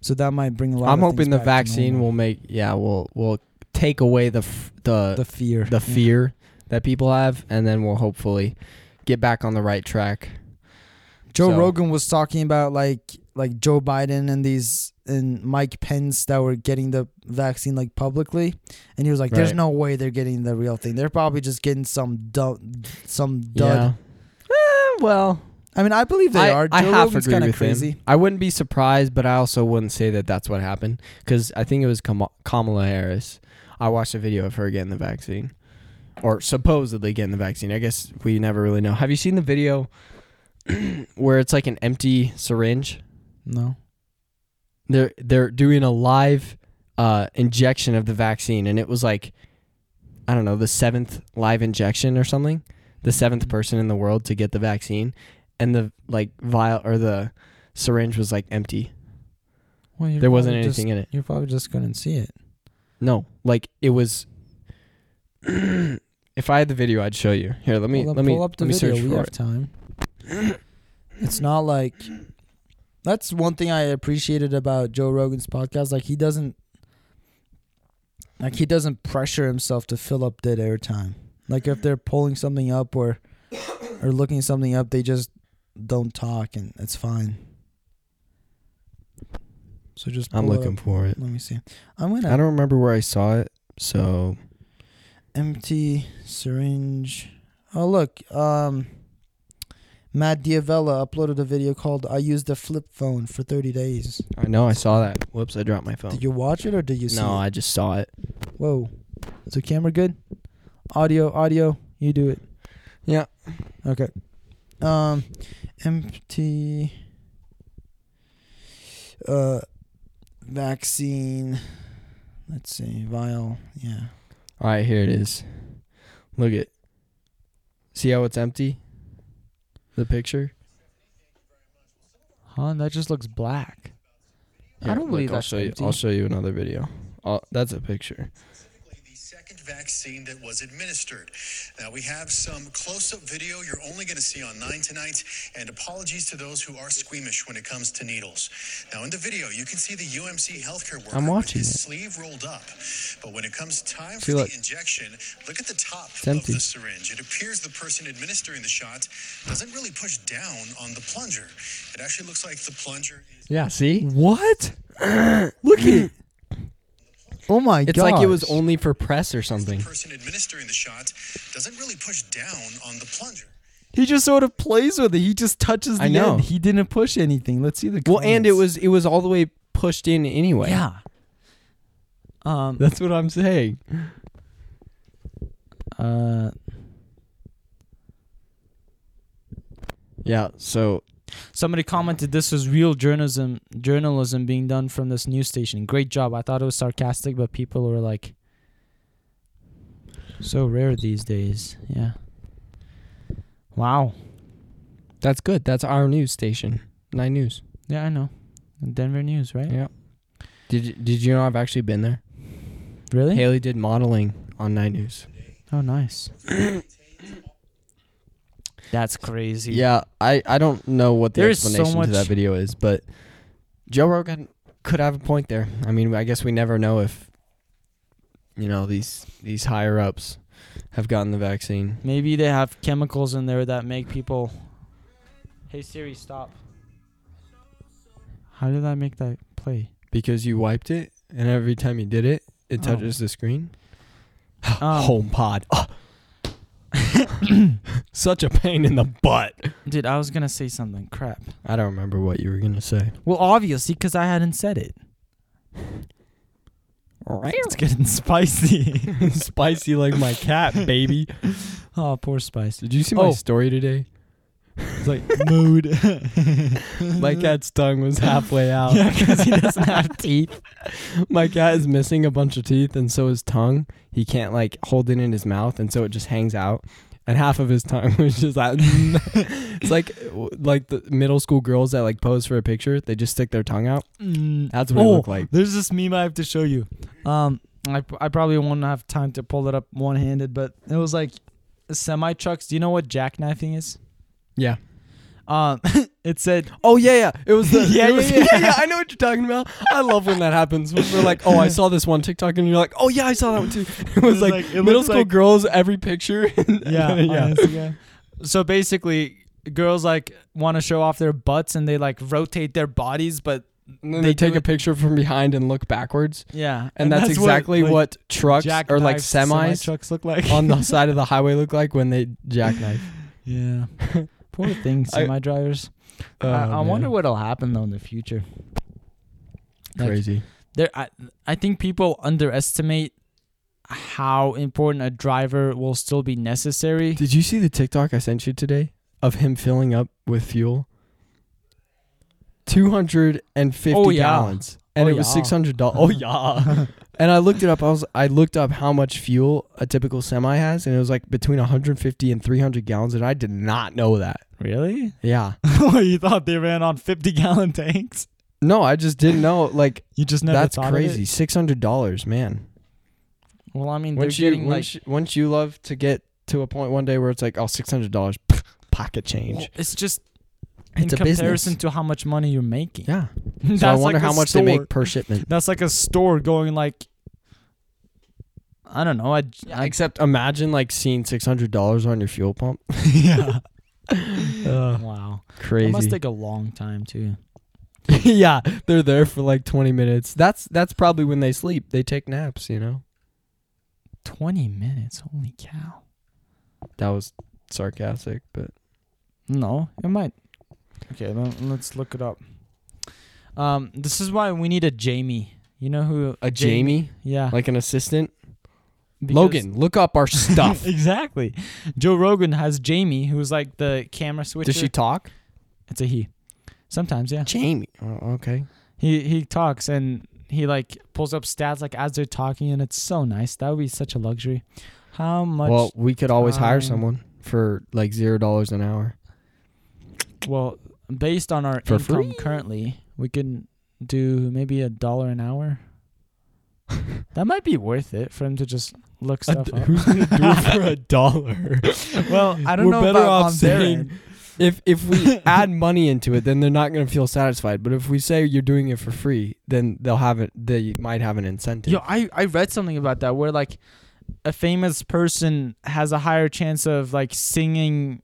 Speaker 2: so that might bring a lot
Speaker 1: I'm
Speaker 2: of
Speaker 1: hoping
Speaker 2: things
Speaker 1: the
Speaker 2: back to
Speaker 1: vaccine
Speaker 2: normal.
Speaker 1: will make yeah, will will take away the f- the
Speaker 2: the fear
Speaker 1: the
Speaker 2: Yeah.
Speaker 1: fear that people have, and then we'll hopefully get back on the right track.
Speaker 2: Joe
Speaker 1: So-
Speaker 2: Rogan was talking about like like Joe Biden and these and Mike Pence that were getting the vaccine like publicly, and he was like, "There's
Speaker 1: Right.
Speaker 2: no way they're getting the real thing. They're probably just getting some dud, some dud."
Speaker 1: well,
Speaker 2: I mean, Eh, I believe they
Speaker 1: I,
Speaker 2: are. Joe
Speaker 1: I half
Speaker 2: Rogan's
Speaker 1: agree
Speaker 2: kinda
Speaker 1: with
Speaker 2: crazy.
Speaker 1: him. I wouldn't be surprised, but I also wouldn't say that that's what happened because I think it was Kam- Kamala Harris. I watched a video of her getting the vaccine, or supposedly getting the vaccine. I guess we never really know. Have you seen the video (clears throat) where it's like an empty syringe?
Speaker 2: No,
Speaker 1: they're they're doing a live uh, injection of the vaccine, and it was like I don't know the seventh live injection or something, the
Speaker 2: Mm-hmm.
Speaker 1: seventh person in the world to get the vaccine, and the like vial or the syringe was like empty.
Speaker 2: Well, you're
Speaker 1: There wasn't
Speaker 2: probably just-
Speaker 1: anything in it.
Speaker 2: You're probably just gonna see it.
Speaker 1: No, like it was. (clears throat) if I had the video, I'd show you. Here, let me
Speaker 2: Pull up-
Speaker 1: let me
Speaker 2: pull up the
Speaker 1: let me
Speaker 2: video.
Speaker 1: search
Speaker 2: we
Speaker 1: for
Speaker 2: have
Speaker 1: it.
Speaker 2: time. It's not like that's one thing I appreciated about Joe Rogan's podcast. Like he doesn't like he doesn't pressure himself to fill up dead air time. Like if they're pulling something up or or looking something up, they just don't talk and it's fine. So just
Speaker 1: I'm
Speaker 2: pull it
Speaker 1: looking
Speaker 2: up.
Speaker 1: for it.
Speaker 2: Let me see. I'm gonna
Speaker 1: I don't remember where I saw it, so
Speaker 2: empty syringe. Oh look, um, Matt Diavella uploaded a video called "I Used a Flip Phone for 30 Days."
Speaker 1: I know I saw that. Whoops, I dropped my phone.
Speaker 2: Did you watch it or did you see?
Speaker 1: no,
Speaker 2: it?
Speaker 1: I just saw it.
Speaker 2: Whoa, is the camera good? Audio, audio, you do it.
Speaker 1: Yeah.
Speaker 2: Okay. Um, empty. Uh, vaccine. Let's see, vial. Yeah.
Speaker 1: All right, here it is. Look at. See how it's empty? The picture?
Speaker 2: Huh? That just looks black. I
Speaker 1: Here,
Speaker 2: don't believe
Speaker 1: I'll
Speaker 2: that's
Speaker 1: show you.
Speaker 2: empty.
Speaker 1: I'll show you another video. i that's a picture.
Speaker 5: specifically the second vaccine that was administered. Now, we have some close up video you're only going to see on 9 tonight, and apologies to those who are squeamish when it comes to needles. Now, in the video, you can see the UMC healthcare worker
Speaker 1: I'm
Speaker 5: with
Speaker 1: watching
Speaker 5: his
Speaker 1: it.
Speaker 5: sleeve rolled up. But when it comes time
Speaker 1: See,
Speaker 5: for
Speaker 1: look.
Speaker 5: the injection, look at the top
Speaker 1: empty.
Speaker 5: of the syringe. It appears the person administering the shot doesn't really push down on the plunger. It actually looks like the plunger is.
Speaker 1: Yeah, see?
Speaker 2: What? Look at it. Oh my god.
Speaker 1: It's like it was only for press or something.
Speaker 5: The person administering the shot doesn't really push down on the plunger.
Speaker 2: He just sort of plays with it. He just touches the
Speaker 1: I know.
Speaker 2: end. He didn't push anything. Let's see the
Speaker 1: Well, and it
Speaker 2: comments.
Speaker 1: was it was all the way pushed in anyway.
Speaker 2: Yeah. Um
Speaker 1: That's what I'm saying.
Speaker 2: uh
Speaker 1: Yeah, so
Speaker 2: somebody commented this was real journalism journalism being done from this news station. Great job. I thought it was sarcastic, but people were like so rare these days. Yeah. Wow.
Speaker 1: that's good. That's our news station. Nine News.
Speaker 2: Yeah, I know. Denver News, right?
Speaker 1: Yeah. Did you, did you know I've actually been there?
Speaker 2: Really?
Speaker 1: Haley did modeling on Nine News.
Speaker 2: Oh, nice. (clears throat) That's crazy.
Speaker 1: Yeah, I, I don't know what the
Speaker 2: There is so
Speaker 1: explanation to that
Speaker 2: much-
Speaker 1: video is, but Joe Rogan could have a point there. I mean, I guess we never know if you know these these higher ups have gotten the vaccine.
Speaker 2: Maybe they have chemicals in there that make people. Hey Siri, stop. How did I make that play?
Speaker 1: Because you wiped it, and every time you did it, it
Speaker 2: Oh.
Speaker 1: touches the screen. (laughs)
Speaker 2: Um,
Speaker 1: Home pod. Such a pain in the butt.
Speaker 2: Dude, I was gonna say something. Crap.
Speaker 1: I don't remember what you were gonna say.
Speaker 2: Well, obviously, because I hadn't said it. It's getting (laughs)
Speaker 1: (laughs)
Speaker 2: spicy.
Speaker 1: Spicy like my cat, baby.
Speaker 2: (laughs) oh, poor Spice.
Speaker 1: Did you see
Speaker 2: Oh.
Speaker 1: my story today?
Speaker 2: It's like mood.
Speaker 1: (laughs) My cat's tongue was
Speaker 2: (laughs)
Speaker 1: halfway out.
Speaker 2: yeah, because he
Speaker 1: (laughs)
Speaker 2: doesn't have teeth.
Speaker 1: My cat is missing a bunch of teeth, and so his tongue, he can't like hold it in his mouth, and so it just hangs out. And half of his tongue (laughs) was just that. it's like like the middle school girls that like pose for a picture. They just stick their tongue out.
Speaker 2: Mm.
Speaker 1: That's what it
Speaker 2: Oh,
Speaker 1: looked like.
Speaker 2: There's this meme I have to show you. Um, I, I probably won't have time to pull it up one handed, but it was like semi trucks. Do you know what jackknifing is?
Speaker 1: Yeah.
Speaker 2: Um, (laughs) it said
Speaker 1: Oh yeah, yeah. It was the
Speaker 2: (laughs) Yeah,
Speaker 1: it was-
Speaker 2: yeah, yeah.
Speaker 1: I know what you're talking about. I love when that happens. When we're like, oh, I saw this one TikTok, and you're like, oh yeah, I saw that one too. (laughs) It was
Speaker 2: It's
Speaker 1: like,
Speaker 2: like, it
Speaker 1: middle
Speaker 2: looks
Speaker 1: school
Speaker 2: like-
Speaker 1: girls every picture. (laughs) and-
Speaker 2: yeah, on
Speaker 1: yeah.
Speaker 2: Instagram. So basically, girls like want to show off their butts and they like rotate their bodies, but
Speaker 1: And then
Speaker 2: They
Speaker 1: they,
Speaker 2: do
Speaker 1: take a
Speaker 2: it-
Speaker 1: picture from behind and look backwards.
Speaker 2: yeah,
Speaker 1: And, that's, exactly what, trucks or like semis
Speaker 2: trucks look
Speaker 1: (laughs)
Speaker 2: like.
Speaker 1: on the side of the highway look like when they jackknife.
Speaker 2: (laughs)
Speaker 1: (laughs)
Speaker 2: yeah, poor thing,
Speaker 1: I-
Speaker 2: semi drivers.
Speaker 1: Oh,
Speaker 2: I, I wonder
Speaker 1: man.
Speaker 2: what'll happen though in the future. Like,
Speaker 1: Crazy.
Speaker 2: there I, I think people underestimate how important a driver will still be necessary.
Speaker 1: Did you see the TikTok I sent you today of him filling up with fuel? 250
Speaker 2: Oh, yeah.
Speaker 1: gallons. And
Speaker 2: Oh,
Speaker 1: it was
Speaker 2: yeah.
Speaker 1: $600.
Speaker 2: (laughs)
Speaker 1: Oh, (laughs) yeah. and I looked it up. I was I looked up how much fuel a typical semi has, and it was like between 150 and 300 gallons, and I did not know that.
Speaker 2: (laughs) Really?
Speaker 1: Yeah.
Speaker 2: you thought they ran on 50 gallon tanks?
Speaker 1: (laughs) No, I just didn't know. Like
Speaker 6: You just never
Speaker 1: that's
Speaker 6: thought of
Speaker 1: crazy.
Speaker 6: it?
Speaker 1: Six hundred dollars, man.
Speaker 2: Well, I mean, they're
Speaker 1: Once you,
Speaker 2: getting like
Speaker 1: once, you once you love to get to a point one day where it's like, oh, six hundred dollars, pocket change.
Speaker 2: well, it's just
Speaker 1: It's
Speaker 2: in
Speaker 1: a business.
Speaker 2: comparison to how much money you're making. (laughs)
Speaker 1: yeah.
Speaker 2: That's
Speaker 1: So I wonder
Speaker 2: like a
Speaker 1: how much
Speaker 2: store.
Speaker 1: they make per shipment.
Speaker 2: That's like a store going like, I don't know. I, I
Speaker 1: Except imagine like seeing six hundred dollars on your fuel pump.
Speaker 2: (laughs)
Speaker 1: (laughs)
Speaker 2: yeah. wow. It must
Speaker 1: Uh, Crazy.
Speaker 2: take a long time too.
Speaker 1: yeah, they're there for like twenty minutes. That's that's probably when they sleep. They take naps. You know.
Speaker 2: Twenty minutes. Holy cow.
Speaker 1: That was sarcastic, but
Speaker 2: No, it might. Okay, then let's look it up. Um, this is why we need a Jamie. You know who
Speaker 1: a Jamie,
Speaker 2: Yeah,
Speaker 1: like an assistant.
Speaker 2: because-
Speaker 1: Logan, look up (laughs) our stuff.
Speaker 2: (laughs) exactly. Joe Rogan has Jamie, who's like the camera switcher.
Speaker 1: Does she talk?
Speaker 2: it's a he. Sometimes, yeah.
Speaker 1: Jamie. Oh, okay.
Speaker 2: He he talks and he like pulls up stats like as they're talking, and it's so nice. That would be such a luxury. How much?
Speaker 1: well,
Speaker 2: Well,
Speaker 1: we could always hire
Speaker 2: time.
Speaker 1: someone for like zero dollars an hour.
Speaker 2: based on our
Speaker 1: For
Speaker 2: income
Speaker 1: free?
Speaker 2: currently, we can do maybe a dollar
Speaker 1: (laughs)
Speaker 2: an hour. that might be worth it for him to just look stuff
Speaker 1: (laughs)
Speaker 2: up.
Speaker 1: gonna (laughs) do it for a (laughs) dollar?
Speaker 2: well, I don't
Speaker 1: We're
Speaker 2: know
Speaker 1: better
Speaker 2: about
Speaker 1: off
Speaker 2: on their
Speaker 1: saying-
Speaker 2: end.
Speaker 1: If if
Speaker 2: (laughs)
Speaker 1: we add money into it, then they're not gonna feel satisfied. But if we say you're doing it for free, then they'll have it. They might have an incentive.
Speaker 2: Yo, I, I read something about that where like a famous person has a higher chance of like singing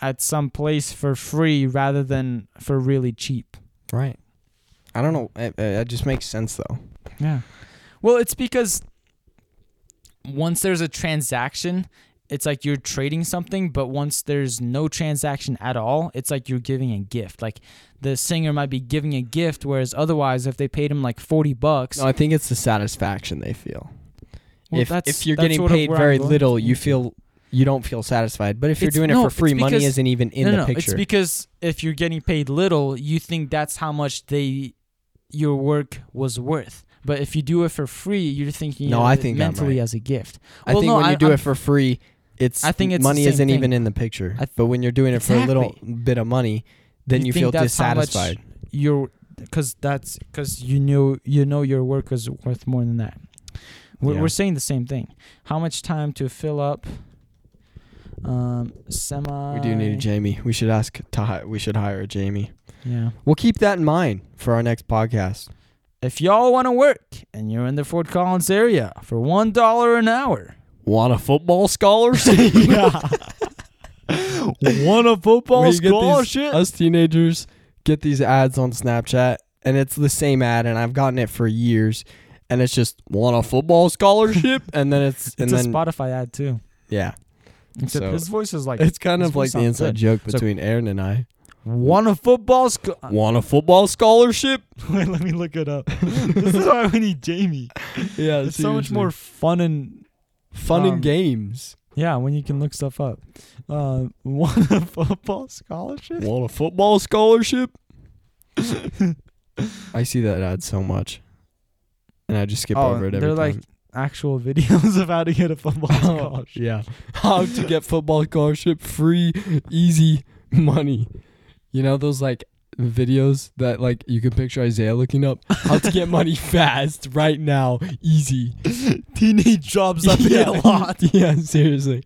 Speaker 2: at some place for free rather than for really cheap.
Speaker 1: Right. I don't know. It, it just makes sense though.
Speaker 2: Yeah. Well, it's because once there's a transaction, it's like you're trading something, but once there's no transaction at all, it's like you're giving a gift. Like the singer might be giving a gift, whereas otherwise, if they paid him like 40 bucks,
Speaker 1: No, I think it's the satisfaction they feel.
Speaker 2: well,
Speaker 1: if
Speaker 2: that's-
Speaker 1: if you're
Speaker 2: that's
Speaker 1: getting
Speaker 2: sort of
Speaker 1: paid
Speaker 2: where I'm
Speaker 1: very
Speaker 2: going.
Speaker 1: little, you feel you don't feel satisfied. But if you're
Speaker 2: It's-
Speaker 1: doing
Speaker 2: no,
Speaker 1: it for
Speaker 2: it's
Speaker 1: free, money
Speaker 2: because-
Speaker 1: isn't even in
Speaker 2: no,
Speaker 1: the
Speaker 2: no,
Speaker 1: picture.
Speaker 2: It's because if you're getting paid little, you think that's how much they your work was worth. But if you do it for free, you're thinking
Speaker 1: No,
Speaker 2: of
Speaker 1: I
Speaker 2: it
Speaker 1: think I'm
Speaker 2: mentally
Speaker 1: right.
Speaker 2: as a gift.
Speaker 1: I
Speaker 2: well,
Speaker 1: think
Speaker 2: no,
Speaker 1: when
Speaker 2: I-
Speaker 1: you do
Speaker 2: I'm-
Speaker 1: it for free, it's
Speaker 2: I think it's the
Speaker 1: money
Speaker 2: same
Speaker 1: isn't
Speaker 2: thing.
Speaker 1: even in the picture.
Speaker 2: I th-
Speaker 1: but when you're doing it for a
Speaker 2: Exactly.
Speaker 1: little bit of money, then
Speaker 2: You
Speaker 1: you,
Speaker 2: think
Speaker 1: feel
Speaker 2: that's how much-
Speaker 1: dissatisfied.
Speaker 2: You're because that's because you know you know your work is worth more than that. We're,
Speaker 1: Yeah.
Speaker 2: we're saying the same thing. How much time to fill up? Um, semi.
Speaker 1: we do need a Jamie. We should ask. To hi- we should hire a Jamie.
Speaker 2: Yeah.
Speaker 1: We'll keep that in mind for our next podcast.
Speaker 2: If y'all want to work and you're in the Fort Collins area for one dollar
Speaker 1: (laughs)
Speaker 2: an hour,
Speaker 1: Want a football (laughs) scholars?
Speaker 2: yeah. Won a football
Speaker 1: We get these- us teenagers get these ads on Snapchat, and it's the same ad, and I've gotten it for years, and it's just want a football (laughs) scholarship, and then it's and
Speaker 2: it's
Speaker 1: then
Speaker 2: a Spotify ad too.
Speaker 1: yeah,
Speaker 2: Except
Speaker 1: So-
Speaker 2: his voice is like
Speaker 1: it's kind
Speaker 2: his
Speaker 1: of
Speaker 2: voice
Speaker 1: like the
Speaker 2: sounds
Speaker 1: inside
Speaker 2: good.
Speaker 1: joke
Speaker 2: So-
Speaker 1: between Aaron and I.
Speaker 2: Won a football. Sc-
Speaker 1: (laughs) Want a football scholarship?
Speaker 2: (laughs) Wait, let me look it up. this is why we
Speaker 1: (laughs)
Speaker 2: need Jamie.
Speaker 1: (laughs) Yeah,
Speaker 2: It's so much more fun and
Speaker 1: fun
Speaker 2: um,
Speaker 1: and games.
Speaker 2: yeah when you can look stuff up. Uh, (laughs) won a football scholarship.
Speaker 1: Want a football scholarship? I see that ad so much, and I just skip
Speaker 2: Oh,
Speaker 1: over it every
Speaker 2: they're
Speaker 1: time. Oh,
Speaker 2: like actual (laughs) videos of how to get
Speaker 1: (laughs)
Speaker 2: a football scholarship.
Speaker 1: Yeah. How to get football scholarship free, easy money. You know those like videos that like you can picture Isaiah looking up how to get
Speaker 2: (laughs)
Speaker 1: money fast right now, easy.
Speaker 2: Teenage jobs up
Speaker 1: yeah,
Speaker 2: yeah. a lot.
Speaker 1: (laughs) Yeah, seriously.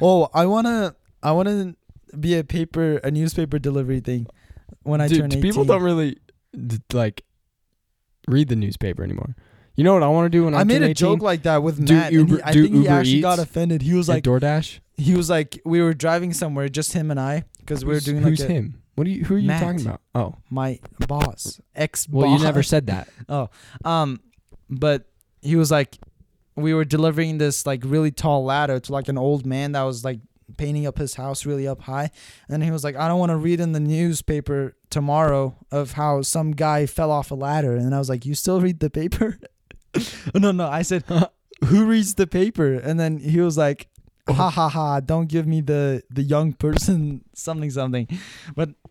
Speaker 6: Oh, I wanna, I wanna be a paper, a newspaper delivery thing when I turn
Speaker 1: Dude,
Speaker 6: 18.
Speaker 1: people don't really d- like read the newspaper anymore. You know what I want to do when I,
Speaker 6: I made
Speaker 1: turn
Speaker 6: a
Speaker 1: 18?
Speaker 6: joke like that with
Speaker 1: Do
Speaker 6: Matt. and
Speaker 1: Uber-
Speaker 6: he, I
Speaker 1: do
Speaker 6: think he
Speaker 1: Uber
Speaker 6: actually
Speaker 1: Eats?
Speaker 6: got offended. He was
Speaker 1: at
Speaker 6: like,
Speaker 1: DoorDash.
Speaker 6: he was like, we were driving somewhere, just him and I, because we were
Speaker 1: Who's-
Speaker 6: doing
Speaker 1: who's
Speaker 6: like a,
Speaker 1: him? What are you? Who are you
Speaker 6: Matt.
Speaker 1: talking about? Oh,
Speaker 6: my boss, ex boss.
Speaker 1: well, you (laughs) never said that.
Speaker 6: Um, but he was like, we were delivering this like really tall ladder to like an old man that was like painting up his house really up high, and he was like, I don't want to read in the newspaper tomorrow of how some guy fell off a ladder, and I was like, you still read the paper? (laughs) no, no, I said, (laughs) who reads the paper? And then he was like. Ha ha ha! Don't give me the the young person (laughs) something something.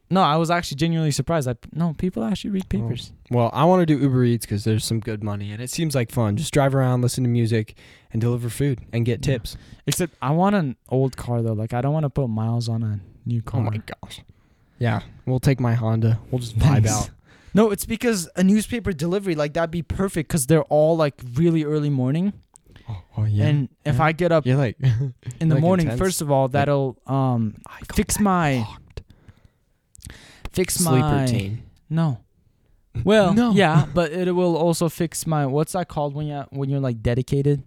Speaker 2: No, I was actually genuinely surprised. I no, people actually read papers.
Speaker 1: Well, I want to do Uber Eats because there's some good money and it seems like fun. Just drive around, listen to music, and deliver food and get
Speaker 2: Yeah.
Speaker 1: tips.
Speaker 2: Except I want an old car though. Like I don't want to put miles on a new car.
Speaker 1: Oh gosh. Yeah, we'll take my Honda. We'll just vibe
Speaker 2: Thanks.
Speaker 1: out.
Speaker 2: No, it's because a newspaper delivery like that'd be perfect because they're all like really early morning.
Speaker 1: (laughs) Oh, oh, yeah.
Speaker 2: and if I get
Speaker 1: (laughs)
Speaker 2: up
Speaker 1: you're like (laughs)
Speaker 2: in the
Speaker 1: like
Speaker 2: morning,
Speaker 1: intense.
Speaker 2: first of all, that'll um fix my fix
Speaker 1: sleep
Speaker 2: my
Speaker 1: routine.
Speaker 2: no. (laughs) Well,
Speaker 1: No.
Speaker 2: yeah, but it will also fix my what's that called when you when you're like dedicated,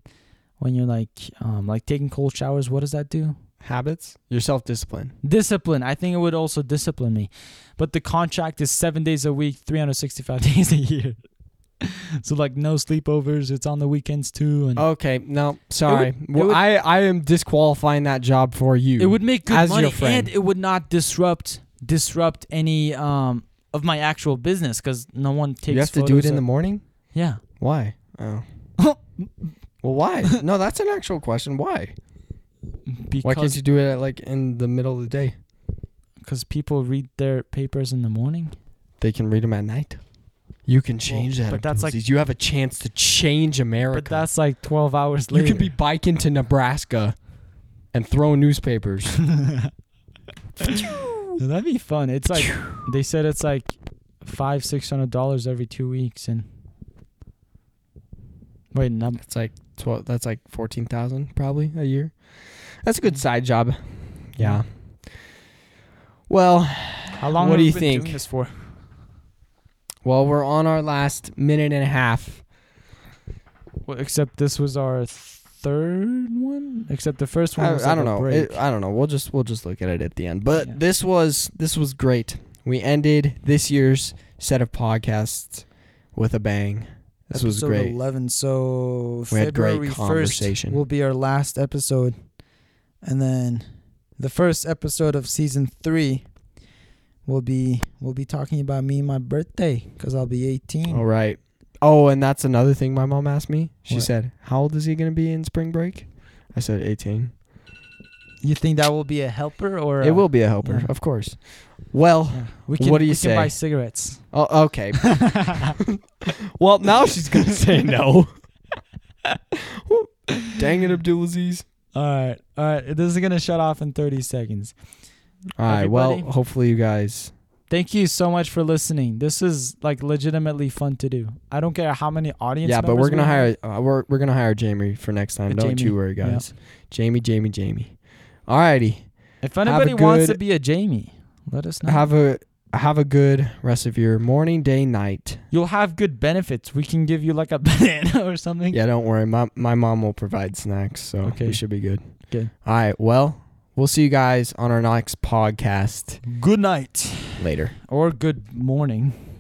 Speaker 2: when you're like um like taking cold showers. What does that do?
Speaker 1: Habits, your self discipline.
Speaker 2: Discipline. I think it would also discipline me, but the contract is seven days a week, three hundred sixty-five (laughs) days a year. So like no sleepovers. It's on the weekends too, and
Speaker 1: Okay, no, sorry. well,
Speaker 2: would-
Speaker 1: I I am disqualifying that job for you.
Speaker 2: it would make good
Speaker 1: as your
Speaker 2: money,
Speaker 1: friend.
Speaker 2: and it would not disrupt disrupt any um of my actual business because no one takes.
Speaker 1: you have to do it in the morning.
Speaker 2: the yeah.
Speaker 1: Why? Oh. (laughs) well, why? No, that's an actual question. Why?
Speaker 2: Because
Speaker 1: Why can't you do it at, like in the middle of the day?
Speaker 2: Because people read their papers in the morning.
Speaker 1: They can read them at night. You can change that.
Speaker 2: but that's like-
Speaker 1: Abdulaziz. you have a chance to change America.
Speaker 2: But that's like 12 hours
Speaker 1: you
Speaker 2: later.
Speaker 1: could be biking to Nebraska and throw newspapers. (laughs)
Speaker 2: That'd be fun. It's like, they said it's like five, six hundred dollars every two weeks. And wait, no,
Speaker 1: It's like twelve. That's like fourteen thousand probably a year. That's a
Speaker 2: Mm.
Speaker 1: good side job. Yeah. Well,
Speaker 2: how long
Speaker 1: What
Speaker 2: have
Speaker 1: do
Speaker 2: we
Speaker 1: you
Speaker 2: been doing
Speaker 1: think?
Speaker 2: this for?
Speaker 1: well, we're on our last minute and a half.
Speaker 2: Well, except this was our third one. Except the first one
Speaker 1: I,
Speaker 2: was
Speaker 1: I
Speaker 2: like
Speaker 1: don't
Speaker 2: a
Speaker 1: know.
Speaker 2: break.
Speaker 1: It- I don't know. We'll just we'll just look at it at the end. But
Speaker 2: Yeah.
Speaker 1: this was this was great. We ended this year's set of podcasts with a bang. This was
Speaker 7: Episode
Speaker 1: great.
Speaker 7: 11. So
Speaker 1: We had great
Speaker 7: February 1st
Speaker 1: conversation.
Speaker 7: will be our last episode. And then the first episode of season 3 will be we'll be talking about me and my birthday cuz I'll be 18.
Speaker 1: All right. Oh, and that's another thing my mom asked me. She
Speaker 7: What?
Speaker 1: said, "How old is he going to be in spring break?" I said, 18.
Speaker 7: You think that will be a helper or
Speaker 1: It will be a helper,
Speaker 7: yeah.
Speaker 1: of course. Well,
Speaker 2: Yeah. We can,
Speaker 1: What do you
Speaker 2: we can buy
Speaker 1: say?
Speaker 2: cigarettes.
Speaker 1: Oh,
Speaker 2: (laughs)
Speaker 1: okay. (laughs) well, now she's gonna say
Speaker 2: (laughs)
Speaker 1: no. Dang it, Abdulaziz.
Speaker 2: All right. All right. This is going to shut off in 30 seconds.
Speaker 1: All right. Well,
Speaker 2: Everybody.
Speaker 1: hopefully you guys.
Speaker 2: Thank you so much for listening. This is like legitimately fun to do. I don't care how many audience.
Speaker 1: yeah, but we're
Speaker 2: members
Speaker 1: gonna
Speaker 2: we have.
Speaker 1: hire. Uh, we're we're gonna hire Jamie for next time.
Speaker 2: Uh,
Speaker 1: Don't
Speaker 2: Jamie.
Speaker 1: you worry,
Speaker 2: Yeah.
Speaker 1: guys. Jamie, Jamie, Jamie. All righty.
Speaker 2: If
Speaker 1: a
Speaker 2: anybody wants to
Speaker 1: good-
Speaker 2: be a Jamie, let us know.
Speaker 1: Have a have a good rest of your morning, day, night.
Speaker 2: You'll have good benefits. We can give you like a (laughs) banana or something.
Speaker 1: Yeah, don't worry. My my mom will provide snacks, so
Speaker 2: Okay.
Speaker 1: we should be good.
Speaker 2: Good.
Speaker 1: All right. Well, we'll see you guys on our next podcast
Speaker 2: Good night
Speaker 1: later.
Speaker 2: or good morning.